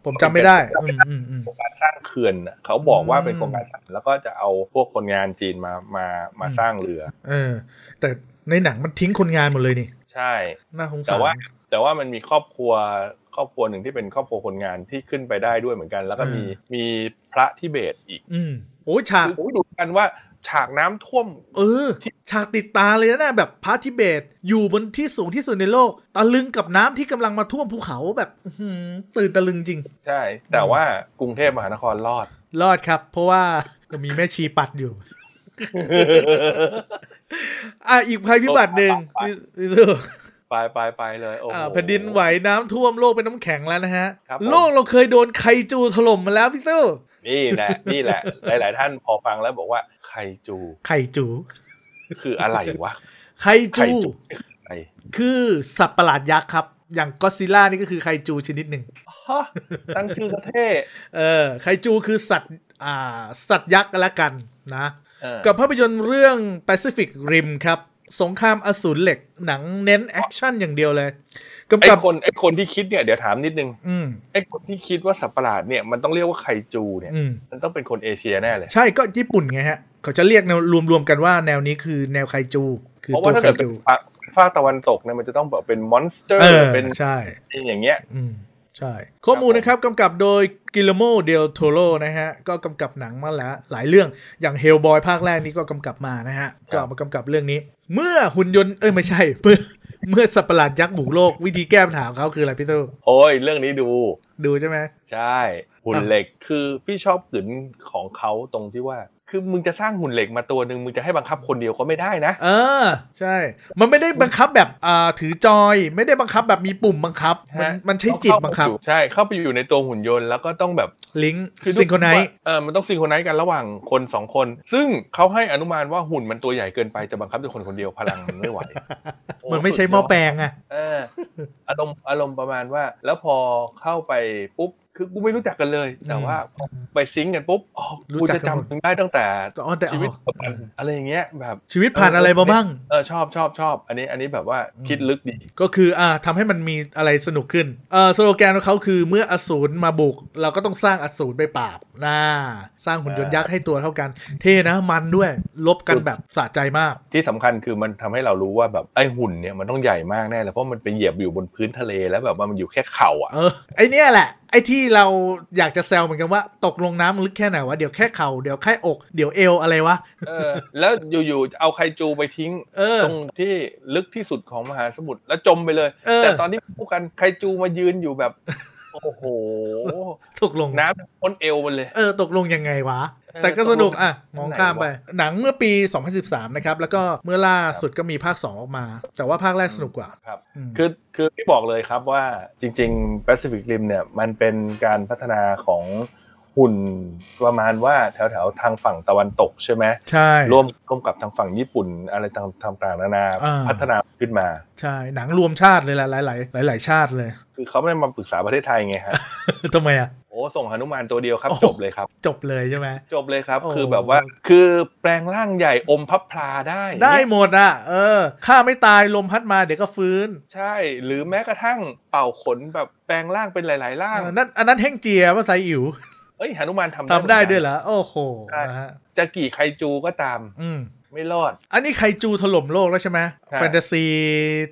ผมจำไม่ได้ อืมอืมอืม
สร้างเขื่อนน่ะเขาบอกว่าเป็น
อืม
โครงการสร้างแล้วก็จะเอาพวกคนงานจีนมามามาสร้างเรือ
เออ แต่ในหนังมันทิ้งคนงานหมดเลยนี่
ใช่
น่าสง
แต่
สาร
ว่า แต่ว่ามันมีครอบครัวครอบครัวหนึ่งที่เป็นครอบครัวคนงานที่ขึ้นไปได้ด้วยเหมือนกัน แล้วก็มี
อืม
มีพระทิเบตอีก
อืมโอ้ยฉาก
คือดูกันว่าฉากน้ำท่วม
เออ ฉากติดตาเลยนะ แบบพระทิเบต อยู่บนที่สูงที่สุดในโลก ตะลึงกับน้ำที่กำลังมาท่วมภูเขาแบบ อื้อหือตื่นตะลึงจริง
ใช่ แต่ว่ากรุงเทพมหานครร อด
รอดครับ เพราะว่าเรามีแม่ชีปัดอยู่ อ่ะอีกภัยพิบัติหนึ่งวิวิสุ
ไปไปไปเลยโอ้โห
อ่าแผ่นดินไหวน้ำท่วมโลกเป็นน้ำแข็งแล้วนะฮะ
ครับผม
โลกเราเคยโดนไคจูถล่มมาแล้วพี่สู้
นี่แหละ นี่แหละ หลาย ๆ ท่านพอฟังแล้วบอกว่าไคจู
ไคจู
คืออะไร วะ
ไค
ไค
จู
จูคืออะไร
คือสัตว์ประหลาดยักษ์ครับ อย่างก็อดซิลล่านี่ก็คือไคจูชนิดหนึ่ง
ฮะตั้งชื่อก็เท่
เออไคจูคือสัตว์อ่าสัตว์ยักษ์กันละกันนะ
เออ
กับภาพยนตร์เรื่อง Pacific Rim ครับ สงครามอสูรเหล็กหนังเน้นแอคชั่นอย่างเดียวเลยกำ
ไอ้
กับ
คนไอ้คนที่คิดเนี่ยเดี๋ยวถามนิดนึง
อืม
ไอ้คนที่คิดว่าสัตว์ประหลาดเนี่ยมันต้องเรียกว่าไคจูเนี่ย
อืม
มันต้องเป็นคนเอเชียแน่เลย
ใช่ก็ญี่ปุ่นไงฮะ เขาจะเรียกแนวรวมๆกันว่าแนวนี้คือแนวไคจู คือ
เพราะ
ตัว
ว่าถ้า
ไค
เกิดเป็น
จู
ภาคภาคตะวันตกเนี่ยมันจะต้องแบบเป็นมอนสเตอร์
เออ
เป็น
ใช่
อย่างเงี้ย
อืม ใช่ ข้อมูลนะครับกำกับโดยกิลโมเดลโทโรนะฮะ ก็กำกับหนังมาแล้วหลายเรื่องอย่างเฮลบอยภาคแรกนี่ก็กำกับมานะฮะ
ครั
ก็
บ
มากำกับเรื่องนี้ เมื่อหุ่นยนต์เอ้ยไม่ใช่ เมื่อเมื่อสัตว์ประหลาดยักษ์บุกโลก วิธีแก้ปัญหาของเขาคืออะไรพี่ตู้
โอ้ยเรื่องนี้ดู
ดูใช่ไหม
ใช่หุ่น
อ่ะ
เหล็กคือพี่ชอบกึนของเขาตรงที่ว่า คือมึงจะสร้างหุ่นเหล็กมาตัวหนึ่งมึงจะให้บังคับคนเดียวก็ไม่ได้นะ
เออ ใช่ มันไม่ได้บังคับแบบอ่าถือจอย ไม่ได้บังคับแบบมีปุ่มบังคับ มัน
ฮะ
มันใช้จิตบังคับ
ต้องเข้าไปอยู่ใช่เข้าไปอยู่ในตัวหุ่นยนต์แล้วก็ต้องแบบ
ลิงก์
คือ
ซิงโครไน
ว่าเออมันต้องซิงโครไนซ์กันระหว่างคนสองคน ซึ่งเขาให้อนุมานว่าหุ่นมันตัวใหญ่เกินไปจะบังคับด้วยคนคนเดียวพลังมันไม่ไหว
มันไม่ใช้หม้อแปลงอะ
เอออารมณ์อารมณ์ประมาณว่า แล้วพอเข้าไปปุ๊บคือกูไม่รู้จักกันเลย แต่ว่าพอไปซิงก์กันปุ๊บอ๋อกูจะจำมึงได้ตั้งแต่
แต่อ๋อแต่
ชี
อ๋
วิต
อ
ประกันอะไรอย่างเงี้ยแบบ
ชีวิตผ่านอะไรมาบ้าง
เออชอบชอบชอบ อันนี้อันนี้แบบว่า
อืม
คิดลึกดี
ก็คืออ่าทำให้มันมีอะไรสนุกขึ้นเอ่อสโลแกนของเขาคือเมื่ออสูรมาบุก เราก็ต้องสร้างอสูรไปปราบนะสร้างหุ่นยนต์ยักษ์ให้ตัวเท่ากัน เท่นะมันด้วยลบกันแบบสะใจมาก
ที่สำคัญคือมันทำให้เรารู้ว่าแบบไอ้หุ่นเนี่ยมันต้องใหญ่มากแน่เลยเพราะมันไปเหยียบอยู่บนพื้นทะเลแล้วแบบว่ามันอยู่แค่เข่าอ่ะ
เออไอเนี้ยแหละ ไอที่เราอยากจะแซวเหมือนกันว่า ตกลงน้ำลึกแค่ไหนวะ เดี๋ยวแค่เข่าเดี๋ยวแค่อก เดี๋ยวเอวอะไรวะ
เออแล้วอยู่ๆเอาไคจูไปทิ้ง
เออ
ตรงที่ลึกที่สุดของมหาสมุทรแล้วจมไปเลย
เออ
แต่ตอนที่พูดกันไคจูมายืนอยู่แบบ โอ้ โห
ตกลง
น้ำพ้นเอวมันเลย
เออ ตกลงยังไงวะ
เออ
แต่ก็สนุกอ่ะ
ตกลง
มองข้ามไป หนังเมื่อปี 2013 นะครับ แล้วก็เมื่อล่าสุดก็มีภาค 2 ออกมา แต่ว่าภาคแรกสนุกกว่า
ครับ
ม
คือคือที่บอกเลยครับว่าจริง ๆ Pacific Rim เนี่ยมันเป็นการพัฒนาของหุ่นประมาณว่าแถวๆ ทางฝั่งตะวันตกใช่ไหม
ใช่
ร่วมร่วมกับทางฝั่งญี่ปุ่นอะไรต่างๆนานา
อ่า
พัฒนาขึ้นมา
ใช่ หนังรวมชาติเลยแหละหลายหลายหลายหลาย ๆ ชาติเลย
คือเขาไม่ได้มาปรึกษาประเทศไทยไงฮะ
ทำไมอ่ะ
โอ้ส่งหนุมานตัวเดียวครับ
โอ้
จบเลยครับ
จบเลยใช่ไหม
จบเลยครับ
โอ้
คือแบบว่าคือแปลงร่างใหญ่อมพับพลาได้
ได้หมดอ่ะ เออข้าไม่ตายลมพัดมาเดี๋ยวก็ฟื้น
ใช่ หรือแม้กระทั่งเป่าขนแบบแปลงร่างเป็นหลาย ๆ ร่าง
เออนั่นอันนั้นแห้งเจียภาษาอิ๋ว
เอ้ยหนุมานทำ
ทำได้
เหมือนกัน
ด้วยเหรอ โอ้โห
ใช่
นะฮะ
จะกี่ไคจูก็ตาม
อืม
ไม่รอด
อันนี้ไคจูถล่มโลกแล้วใช่ไหม
ใช่
แฟนตาซี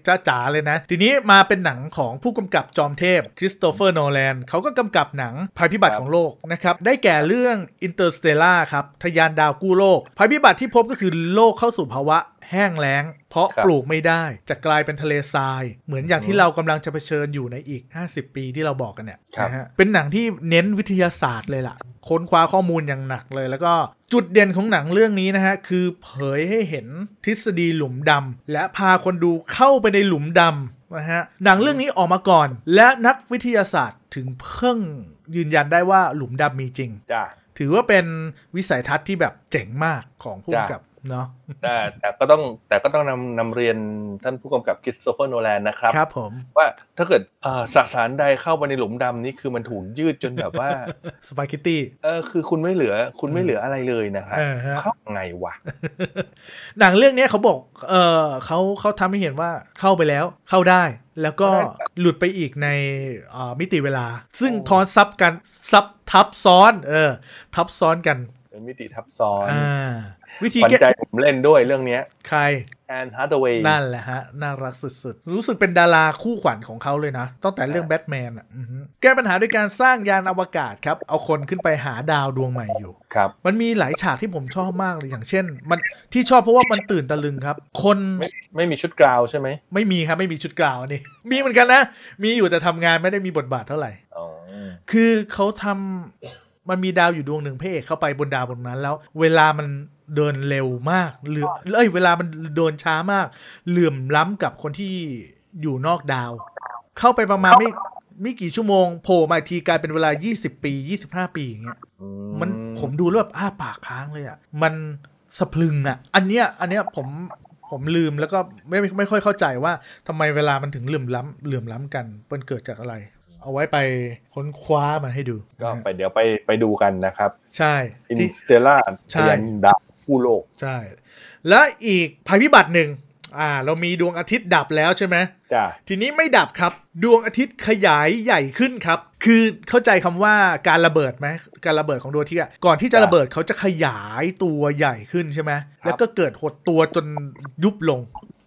จ้าจ๋าเลยนะ ทีนี้มาเป็นหนังของผู้กำกับจอมเทพคริสโตเฟอร์โนแลนเขาก็กำกับหนังภัยพิบัติของโลกนะครับ ได้แก่เรื่อง Interstellar ครับ ทะยานดาวกู้โลก ภัยพิบัติที่พบก็คือโลกเข้าสู่ภาวะแห้งแล้ง เพราะ
ครับ
ปลูกไม่ได้จะกลายเป็นทะเลทราย เหมือนอย่างที่เรากำลังจะเผชิญอยู่ในอีก 50 ปีที่เราบอกกันเนี่ย
ครับ
นะฮะเป็นหนังที่เน้นวิทยาศาสตร์เลยล่ะ ค้นคว้าข้อมูลอย่างหนักเลย แล้วก็จุดเด่นของหนังเรื่องนี้นะฮะ คือเผยให้เห็นทฤษฎีหลุมดำและพาคนดูเข้าไปในหลุมดำนะฮะหนังเรื่องนี้ออกมาก่อน และนักวิทยาศาสตร์ถึงเพิ่งยืนยันได้ว่าหลุมดำมีจริง
จ้ะ
ถือว่าเป็นวิสัยทัศน์ที่แบบเจ๋งมากของผู้กำกับเนาะ
แต่แต่ก็ต้องแต่ก็ต้องนำนำเรียนท่านผู้กำกับคริสโตเฟอร์โนแลนนะครับ
ครับผม
ว่าถ้าเกิดเอ่อสสารใดเข้าไปในหลุมดำนี่คือมันถูกยืดจนแบบว่า
สปาเกตตี้
เออคือคุณไม่เหลือคุณไม่เหลืออะไรเลยนะฮะ
เออฮะ
เข้าไงวะ
หนังเรื่องเนี้ยเขาบอก เออเขาเขาทำให้เห็นว่าเข้าไปแล้วเข้าได้ แล้วก็
ได้ครับ
หลุดไปอีกในเอ่อมิติเวลา ซึ่ง
โอ้
ทอนซับกันซับทับซ้อน เออ ทับซ้อนกัน
เป็นมิติทับซ้อน
อ่าวิธี
ปัน
แก้
ใจผมเล่นด้วยเรื่องเนี้ย
ใคร
แอนฮาร์ดเวย์
นั่นแหละฮะ น่ารักสุดๆ รู้สึกเป็นดาราคู่ขวัญของเขาเลยนะ ตั้งแต่เรื่องแบทแมนอ่ะอือฮึแก้ปัญหาด้วยการสร้างยานอวกาศครับ เอาคนขึ้นไปหาดาวดวงใหม่อยู่
ครับ
มันมีหลายฉากที่ผมชอบมากเลยอย่างเช่น มันที่ชอบเพราะว่ามันตื่นตะลึงครับ คน
ไม่ไม่มีชุดกราวใช่ไหม
ไม่มีครับ ไม่มีชุดกล่าวนี่ มีเหมือนกันนะ มีอยู่แต่ทำงานไม่ได้มีบทบาทเท่าไหร่
อ๋อ
คือเขาทำมันมีดาวอยู่ดวงหนึ่งพระเอกเข้าไปบนดาวบนนั้นแล้ว เวลามันเดินเร็วมากเหลือเอ้ยเวลามันเดินช้ามาก เหลื่อมล้ำกับคนที่อยู่นอกดาว เข้าไปประมาณไม่ไม่กี่ชั่วโมงโผล่มาอีกทีกลายเป็นเวลา 20 ปี 25 ปีอย่างเงี้ย
อื
มันผมดูแล้วแบบอ้าปากค้างเลยอะ่ะ มันสะพรึงอะ่ะ อันเนี้ยอันเนี้ยผมผมลืมแล้วก็ไม่ไม่ไม่ค่อยเข้าใจว่าทำไมเวลามันถึงเหลื่อมล้ำเหลื่อมล้ำกันมันเกิดจากอะไร เอาไว้ไปค้นคว้ามาให้ดู
ก็ไปเดี๋ยวไปไปดูกันนะครับ
ใช่
อิน
ที่
สเตล่า
ใช่
ยันดาวผู้โลก
ใช่ และอีกภัยพิบัติหนึ่งอ่า เรามีดวงอาทิตย์ดับแล้วใช่ไหม
จ้ะ
ทีนี้ไม่ดับครับ ดวงอาทิตย์ขยายใหญ่ขึ้นครับ คือเข้าใจคำว่าการระเบิดไหมการระเบิดของดวงอาทิตย์อะก่อนที่จะ
ครับ
ระเบิดเขาจะขยายตัวใหญ่ขึ้นใช่ไหม
ครับ
แล้วก็เกิดหดตัวจนยุบลง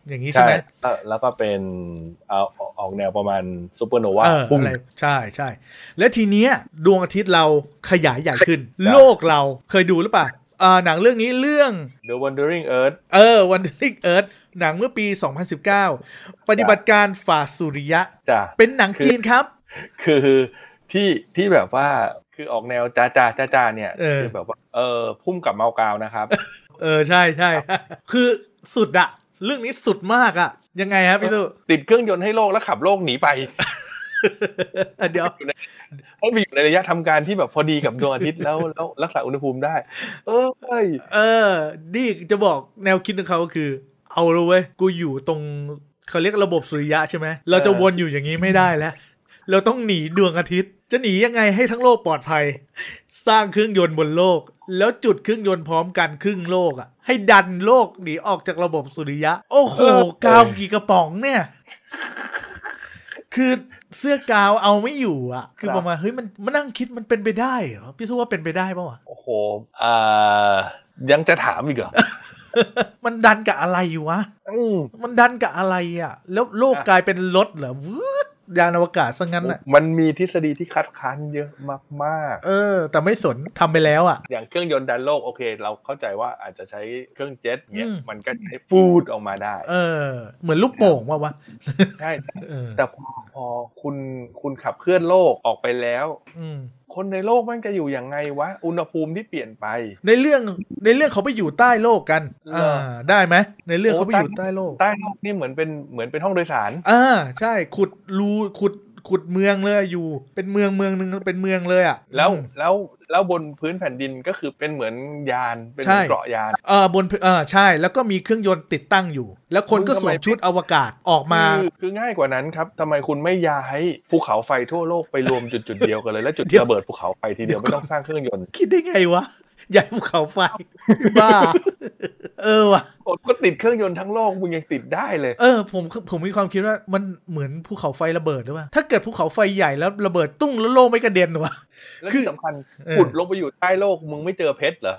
อย่างนี้ใช่ไหม
เออแล้วก็เป็นเอาเอาออกแนวประมาณซูเปอร์โนวา
เออ
พุ่ง
อะไรใช่ใช่และทีเนี้ยดวงอาทิตย์เราขยายใหญ่ขึ้น
ครับ
โลกเราเคยดูหรือเปล่าอ่าหนังเรื่องนี้เรื่อง
The Wandering Earth
เออ Wandering Earth หนังเมื่อปี 2019 ปฏิบัติการฝ่าสุริยะ
จ้ะ
เป็นหนังจีนครับ
คือจ ที่ที่แบบว่าคือออกแนวจ้าจ้าจ้าจ้าเนี่ย
เออ
คืแบบว่าเออพุ่มกับเมากาวนะครับ
เออใช่ใช่ คือสุดอะเรื่องนี้สุดมากอะยังไงฮะพี่ตู้
ติดเครื่องยนต์ให้โลกแล้วขับโลกหนีไป
เดี๋ยว
ให้ไปอยู่ในระยะทำการที่แบบพอดีกับดวงอาทิตย์แล้วแล้วรักษาอุณหภูมิได้ เออเอ้ย
เออ นี่จะบอกแนวคิดของเขาคือ เอาเลยเว้ย กูอยู่ตรงเขาเรียกระบบสุริยะใช่ไหม เราจะวนอยู่อย่างนี้ไม่ได้แล้ว เราต้องหนีดวงอาทิตย์ จะหนียังไงให้ทั้งโลกปลอดภัย สร้างเครื่องยนต์บนโลก แล้วจุดเครื่องยนต์พร้อมกันครึ่งโลกอ่ะ ให้ดันโลกหนีออกจากระบบสุริยะ โอ้โหกาวกี่กระป๋องเนี่ย คือเสื้อกาวเอาไม่อยู่อ่ะ คือประมาณเฮ้ยมันมันนั่งคิดมันเป็นไปได้เหรอพี่สู้ว่าเป็นไปได้ปะวะ
โอ้โหอ่ายังจะถามอีกเหรอ
มันดันกับอะไรวะ
อืม
มันดันกับอะไรอ่ะ แล้วโลกกลายเป็นรถเหรอวืดยานอวกาศซะงั้นอ่ะ
มันมีทฤษฎีที่คัดค้านเยอะมาก
เออ แต่ไม่สนทำไปแล้วอ่ะ
ๆ อย่างเครื่องยนต์ดันโลกโอเค เราเข้าใจว่าอาจจะใช้เครื่องเจ็ตเนี่ย
อืม
มันก็ใช้ปูดออกมาได้
เออ เหมือนลูกโป่งว่ะวะ
ใช่
เออ
แต่พอพอคุณคุณขับเคลื่อนโลกออกไปแล้ว
อืม
คนในโลกมันจะอยู่ยังไงวะ อุณหภูมิที่เปลี่ยนไป
ในเรื่องในเรื่องเขาไปอยู่ใต้โลกกัน
เหรอ
อ่าได้ไหมในเรื่องเขาไป
โอ้
อยู่ใต้โลก
ใต้โลกนี่เหมือนเป็นเหมือนเป็นห้องโดยสาร
อ่าใช่ขุดรูขุดขุดเมืองเลยอยู่ เป็นเมืองเมืองหนึ่งเป็นเมืองเลยอ่ะ
แล้ว
อืม
แล้วแล้วบนพื้นแผ่นดินก็คือเป็นเหมือนยานเป็นเห
ใช่
มือนเกราะยาน
เออบนเออใช่ แล้วก็มีเครื่องยนต์ติดตั้งอยู่ แล้วคนก็สวมชุดอวกาศออกมา
คือคือง่ายกว่านั้นครับทำไมคุณไม่ย้ายภูเขาไฟทั่วโลกไปรวมจุดจุดเดียวกันเลย และจุด
เดี๋ยว
ระเบิดภูเขาไฟทีเดียว
เดี๋
ไม่
ยว
ต้องสร้างเครื่องยนต์
คิดได้ไงวะใหญ่ภูเขาไฟ บ้า เออวะ
คนก็ติดเครื่องยนต์ทั้งโลกมึงยังติดได้เลย
เออผมผมมีความคิดว่ามันเหมือนภูเขาไฟระเบิดหรือเปล่าถ้าเกิดภูเขาไฟใหญ่แล้วระเบิดตุ้งแล้วโลกไม่กระเด็นวะ
และ
คือ
ที่สำคัญ
เออ
ขุดลงไปอยู่ใต้โลกมึงไม่เจอเพชรเหรอ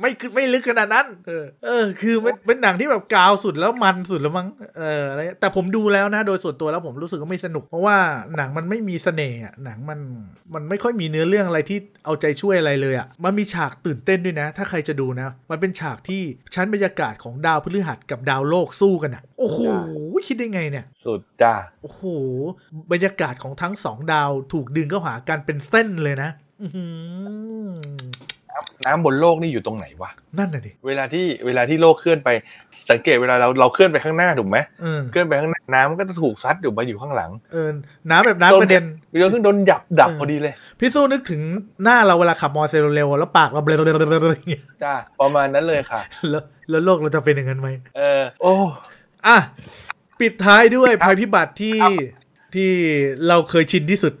ไม่คือไม่ลึกขนาดนั้น เออเออ คือมันเป็นหนังที่แบบกาวสุดแล้วมันสุดแล้วมั้งเอออะไรแต่ผมดูแล้วนะ โดยส่วนตัวแล้วผมรู้สึกว่าไม่สนุก เพราะว่าหนังมันไม่มีเสน่ห์อะหนังมันมันไม่ค่อยมีเนื้อเรื่องอะไรที่เอาใจช่วยอะไรเลยอะมันมีฉากตื่นเต้นด้วยนะ ถ้าใครจะดูนะ มันเป็นฉากที่ชั้นบรรยากาศของดาวพฤหัสกับดาวโลกสู้กันอะโอ้โหคิดได้ไงเนี่ย
สุดจ้า
โอ้โห บรรยากาศของทั้งสองดาวถูกดึงเข้าหากันเป็นเส้นเลยนะ อื้อหือ
น้ำบนโลกนี่อยู่ตรงไหนวะ
นั่นน่ะดิ
เวลาที่เวลาที่โลกเคลื่อนไปสังเกตเวลาเราเราเคลื่อนไปข้างหน้าถูกไหม
เออ
เคลื่อนไปข้างหน้าน้ำมันก็จะถูกซัดอยู่มาอยู่ข้างหลัง
เออน้ำแบบน้ำกระเด็น
จนขึ้นโดนหยับดับ
เออ
พอดีเลย
พี่สู้นึกถึงหน้าเราเวลาขับมอเตอร์ไซค์เร็วๆแล้วปากเราเบลอๆอย่างเงี้ย
จ้าประมาณนั้นเลยค่ะ
แล้วแล้วโลกเราจะเป็นอย่างนั้นไหม
เออโอ้
อ่ะ ปิดท้ายด้วยภัยพิบัติที่ที่เราเคยชินที่สุด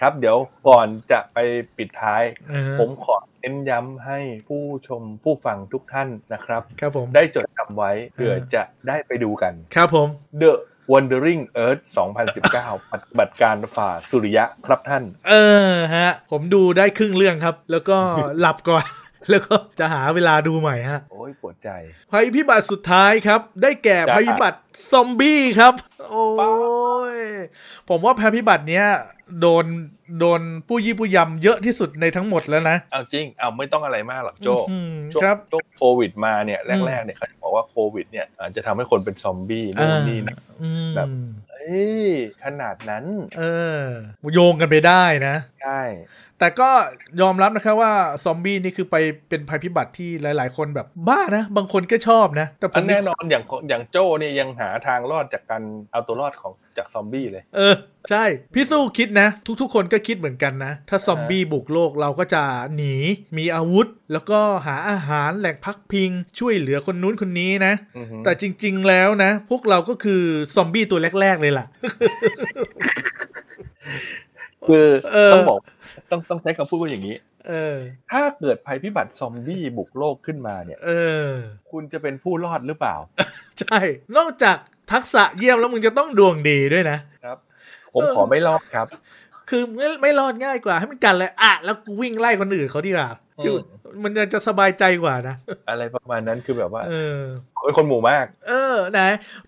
ครับเดี๋ยวก่อนจะไปปิดท้าย
เออ
ผมขอเน้นย้ำให้ผู้ชมผู้ฟังทุกท่านนะครับ
ครับผม
ได้จดจำไว้เผื่อ
เออ
จะได้ไปดูกัน
ครับผม
The Wandering Earth 2019 ปฏิ บัติการฝ่าสุริยะครับท่าน
เออฮะ ผมดูได้ครึ่งเรื่องครับ แล้วก็ หลับก่อน แล้วก็จะหาเวลาดูใหม่ฮะ
โอ้ยปวดใจ
ภัยพิบัติสุดท้ายครับ ได้แก่
จ้ะ
ภัยพิบัติซอมบี้ครับ โอ้ยผมว่าภัยพิบัติเนี้ยโดนโดนผู้ยี่ผู้ยำเยอะที่สุดในทั้งหมดแล้วนะ
เอาจริง เอาไม่ต้องอะไรมากหรอกโจ
อื้อหื
ช่
อ
ว
ง ครับ
ช่วงโควิดมาเนี่ยแรกๆเนี่ยเขาจะบอกว่าโควิดเนี่ยอาจจะทำให้คนเป็นซอมบี้นู่นนี่นะ
อืม
แบบ เอ้ยขนาดนั้น
เออ โยงกันไปได้นะ
ใช่
แต่ก็ยอมรับนะครับว่าซอมบี้นี่คือไปเป็นภัยพิบัติที่หลาย ๆ คนแบบบ้านะ บางคนก็ชอบนะ แต่ผ
อั
ม
นแน่นอนอย่างอย่างโจ้เนี่ยยังหาทางรอดจากการเอาตัวรอดของจากซอมบี้เลย
เออ ใช่ พี่สู้คิดนะ ทุก ๆ คนก็คิดเหมือนกันนะ ถ้าซอมบี้บุกโลกเราก็จะหนี มีอาวุธ แล้วก็หาอาหารแหล่งพักพิง ช่วยเหลือคนนู้นคนนี้นะ
อือฮึ
แต่จริง ๆ แล้วนะ พวกเราก็คือซอมบี้ตัวแรก ๆ เลยล่ะ
คือ
เออ
ต้องบอกต้องต้องใช้คำพูดว่าอย่างนี้
เออ
ถ้าเกิดภัยพิบัติซอมบี้บุกโลกขึ้นมาเนี่ย
เออ
คุณจะเป็นผู้รอดหรือเปล่า
ใช่ นอกจากทักษะเยี่ยมแล้วมึงจะต้องดวงดีด้วยนะ
ครับ ผมขอไม่รอดครับ
คือไม่ไม่รอดง่ายกว่าให้มันกันเลยอ่ะแล้วกูวิ่งไล่คนอื่นเขาดีกว่า
อืม
จูมันจะจะสบายใจกว่านะ
อะไรประมาณนั้นคือแบบว่า
เออ
โอ้ยคนหมู่มาก
เออไหน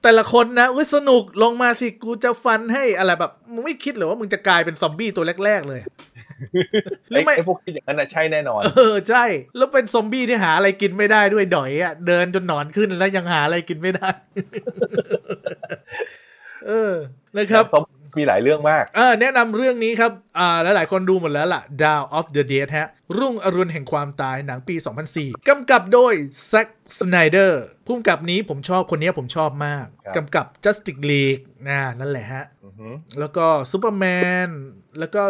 แต่ละคนนะอุ้ยสนุกลงมาสิกูจะฟันให้อะไรแบบมึงไม่คิดเหรอว่ามึงจะกลายเป็นซอมบี้ตัวแรก ๆ เลย หรื
ไอ้
อไม่
ไอ้พวกคิดอย่างนั้นน่ะใช่แน่นอน
เออใช่ แล้วเป็นซอมบี้ที่หาอะไรกินไม่ได้ด้วยดอยอ่ะเดินจนหนอนขึ้นแล้วยังหาอะไรกินไม่ได้ เออนะครับ
ซอม มีหลายเรื่องมาก
เออแนะนำเรื่องนี้ครับ อ่าหลายๆคนดูหมดแล้วล่ะ Down of the Dead ฮะ รุ่งอรุณแห่งความตายหนังปี 2004 กำกับโดย Zack Snyder ผู้กำกับนี้ผมชอบคนนี้ผมชอบมาก
ครับ
กำกับ Justice League น่านั่นแหละฮะ
อือหือ
แล้วก็ Superman แล้วก็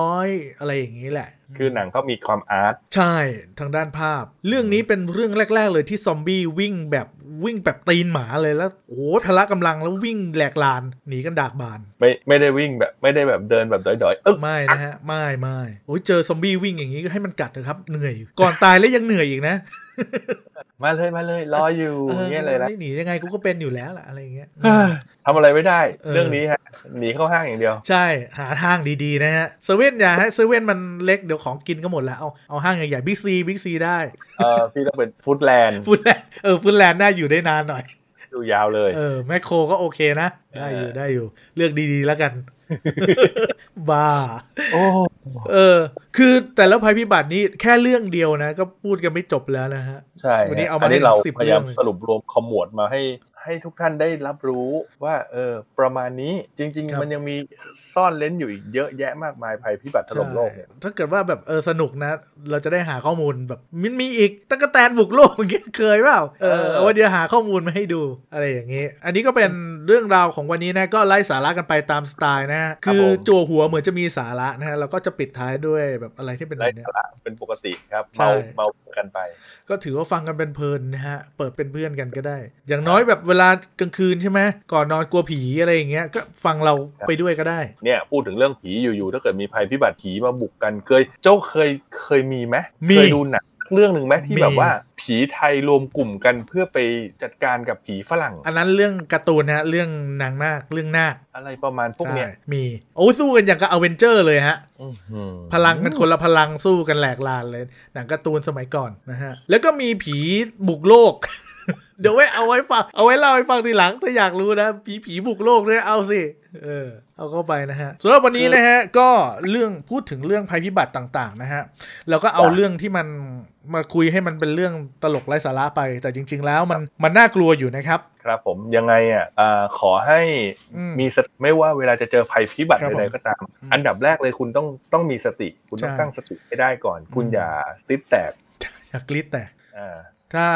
300 อะไรอย่างนี้แหละ
คือหนังเขามีความอาร์ต
ใช่ทางด้านภาพ เรื่องนี้เป็นเรื่องแรก ๆ เลยที่ซอมบี้วิ่งแบบวิ่งแบบตีนหมาเลยแล้วโอ้โหพละกำลังแล้ววิ่งแหลกลานหนีกันดากบาน
ไม่ไม่ได้วิ่งแบบไม่ได้แบบเดินแบบดอยๆเออ
ไม่นะฮะ ไม่ไม่โอ้ยเจอซอมบี้วิ่งอย่างนี้ก็ให้มันกัดเถอะครับ เหนื่อย ก่อนตายแล้วยังเหนื่อยอีกนะ
มาเลยมาเลยรออยู่อย่างเงี้ยเลยนะ
ออหนียังไงกูก็เป็นอยู่แล้วล่ะอะไรอย่าง เงี้ย
เฮ้ยทำอะไรไม่ได้
เออ
เรื่องนี้ฮะหนีเข้าห้างอย่างเดียว
ใช่ หาทางดีๆนะฮะเซเว่นอย่าฮะเซเว่นมันเล็กเดี๋ยวของกินก็หมดแล้ว เอาเอาห้างใหญ่ๆบิ๊กซีบิ๊กซีได้
เออพี่ต้องเป็นฟุตแลนด์
ฟูดแลนด์เออฟูดแลนด์น่าอยู่ได้นานหน่อย
ดูยาวเลย
เออแมคโครก็โอเคนะ ได้อยู่
เออ
ได้อยู่ เลือกดีๆแล้วกัน บ้า
โอ้
เออ คือแต่และภัยพิบัตินี้แค่เรื่องเดียวนะ ก็พูดกันไม่จบแล้วนะฮะ
ใช่ฮะ
วันนี้เอามาให้
เรา
สิบ
พยายาม
เรื่อง
สรุปรวมขมวดมาให้ให้ทุกท่านได้รับรู้ว่าเออประมาณนี้จริง ๆ มันยังมีซ่อนเล้นอยู่อีกเยอะแยะมากมายภัยพิบัติถล่มโลกเนี่ย
ใช่ถ้าเกิดว่าแบบเออสนุกนะ เราจะได้หาข้อมูลแบบมันมีอีกตะกแตนบุกโลกอย่างเงี้ยเคยเปล่าเออ
เออ
เอาไวันเดียวหาข้อมูลมาให้ดูอะไรอย่างงี้ อันนี้ก็เป็นเรื่องราวของวันนี้นะก็ไล่สาระกันไปตามสไตล์นะฮะคือจั่วหัวเหมือนจะมีสาระนะฮะเราก็จะปิดท้ายด้วยแบบอะไรที่เป็น
ไร้
แบบเนี้ย
สาระเป็นปกติครับ
ใช่
เมาเมากันไป
ก็ถือว่าฟังกันเป็นเพลินนะฮะ เปิดเป็นเพื่อนกันก็ได้ อย่างน้อยแบบเวลากลางคืนใช่ไหมก่อนนอนกลัวผีอะไรอย่างเงี้ยก็ฟังเราไปด้วยก็ได้
เนี่ยพูดถึงเรื่องผีอยู่ๆถ้าเกิดมีภัยพิบัติผีมาบุกกันเคย เจ้าเคยเคยมีไหม
มี
เคยดูหนังเรื่องหนึ่งไหมที่
มี
แบบว่า ผีไทยรวมกลุ่มกันเพื่อไปจัดการกับผีฝรั่ง
อันนั้นเรื่องการ์ตูนนะฮะเรื่องนางนาคเรื่องนาค
อะไรประมาณพวกเนี้ย
ใช่มีโอ้ยสู้กันอย่างกับอเวนเจอร์เลยฮะ
อื้อหือ
พลังกันคนละพลังสู้กันแหลกลานเลย หนังการ์ตูนสมัยก่อนนะฮะ แล้วก็มีผีบุกโลก เดี๋ยวไว้เอาไว้ฟัง เอาไว้เล่าให้ฟังทีหลัง ถ้าอยากรู้นะ ผีผีบุกโลกด้วยเอาสิ เออ เอาเข้าไปนะฮะสำหรับวันนี้นะฮะ ก็เรื่องพูดถึงเรื่องภัยพิบัติต่าง ๆ นะฮะ แล้วก็เอาเรื่องที่มันมาคุยให้มันเป็นเรื่องตลกไร้สาระไป แต่จริง ๆ แล้วมันมันน่ากลัวอยู่นะครับ
ครับผมยังไงอ่ะอ่าขอให้
อืม
มีสติไม่ว่าเวลาจะเจอภัยพิบัติ
ครับผม
ใดๆก็ตาม อันดับแรกเลยคุณต้องต้องมีสติ คุณต้อง
ใช่
ตั้งสติให้ได้ก่อน คุณอย่าสติดแตก
อยากกรี๊ดแตก
อ่า
ถ้า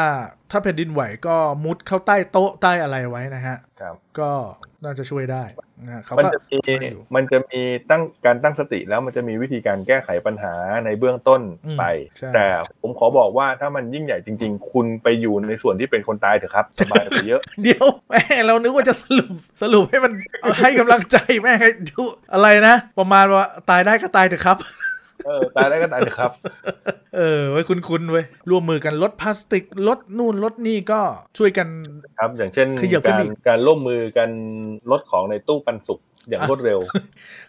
ถ้าแผ่นดินไหวก็มุดเข้าใต้โต๊ะใต้อะไรไว้นะฮะ
ครับ
ก็น่าจะช่วยได้นะฮะเขา
มัน
ก็
จะมี
ช่วยอยู่
มันจะมีตั้งการตั้งสติแล้วมันจะมีวิธีการแก้ไขปัญหาในเบื้องต้น
อืม
ไป
ใช่
แต่ผมขอบอกว่าถ้ามันยิ่งใหญ่จริง ๆ คุณไปอยู่ในส่วนที่เป็นคนตายเถอะครับสบายกว่าเยอะ
เดี๋ยว แม่งเรานึกว่าจะสรุป สรุปให้มันเอาให้กำลังใจแม่งให้ดูอะไรนะ ประมาณว่าตายได้ก็ตายเถอะครับ
เออตายได้ก็ตายเถอะครับ
เออไว้คุ้นๆไว้ยร่วมมือกันลดพลาสติกลดนู่นลดนี่ก็ช่วยกัน
ครับ อย่างเช่น
ขยับขึ้น
การ
อีก
การร่วมมือกันลดของในตู้ปันสุกอย่างรวดเร็ว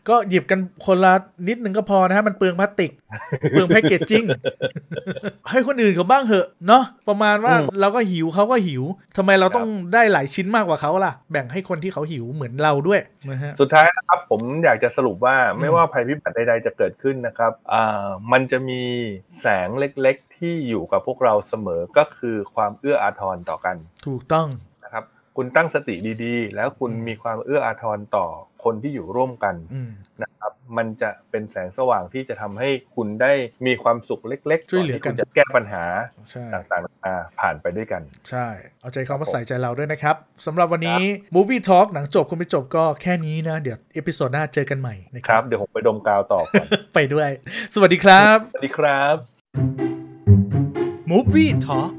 ก็หยิบกันคนละนิดนึงก็พอนะฮะ มันเปลืองพลาสติก เปลืองแพคเกจจิ้ง ให้คนอื่นเขาบ้างเหอะเนาะประมาณว่า
อืม
เราก็หิวเขาก็หิวทำไมเราต้องได้หลายชิ้นมากกว่าเขาล่ะ แบ่งให้คนที่เขาหิวเหมือนเราด้วยนะฮะ
สุดท้ายนะครับผมอยากจะสรุปว่า
อืม
ไม่ว่าภัยพิบัติใดๆจะเกิดขึ้นนะครับอ่ามันจะมีแสงเล็กๆ ที่อยู่กับพวกเราเสมอก็คือความเอื้ออาทรต่อกัน
ถูกต้อง
นะครับคุณตั้งสติดีๆ แล้วคุณ
อืม
มีความเอื้ออาทรต่อคนที่อยู่ร่วมกัน
อืม
นะครับมันจะเป็นแสงสว่างที่จะทำให้คุณได้มีความสุขเล็กๆ
ช่วยเหลือ
ก่
กัน
ที่คุณจะแก้ปัญหา
ใช่
ต่างๆนานาผ่านไปด้วยกัน
ใช่ เอาใจเขามาใส่ใจเราด้วยนะครับสำหรับวันนี้ Movie Talk หนังจบคุณไม่จบก็แค่นี้นะ เดี๋ยวเอพิโซดหน้าเจอกันใหม่นะค
ครั
รับ บ
เดี๋ยวผมไปดมกาวต่อ ก่อน
ไปด้วย สวัสดีครับ
สวัสดีครับ
Movie Talk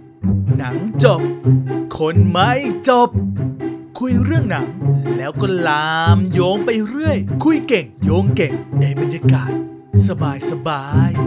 หนังจบ คนไม่จบ คุยเรื่องหนัง แล้วก็ลามโยงไปเรื่อย คุยเก่งโยงเก่งในบรรยากาศ สบายสบายๆ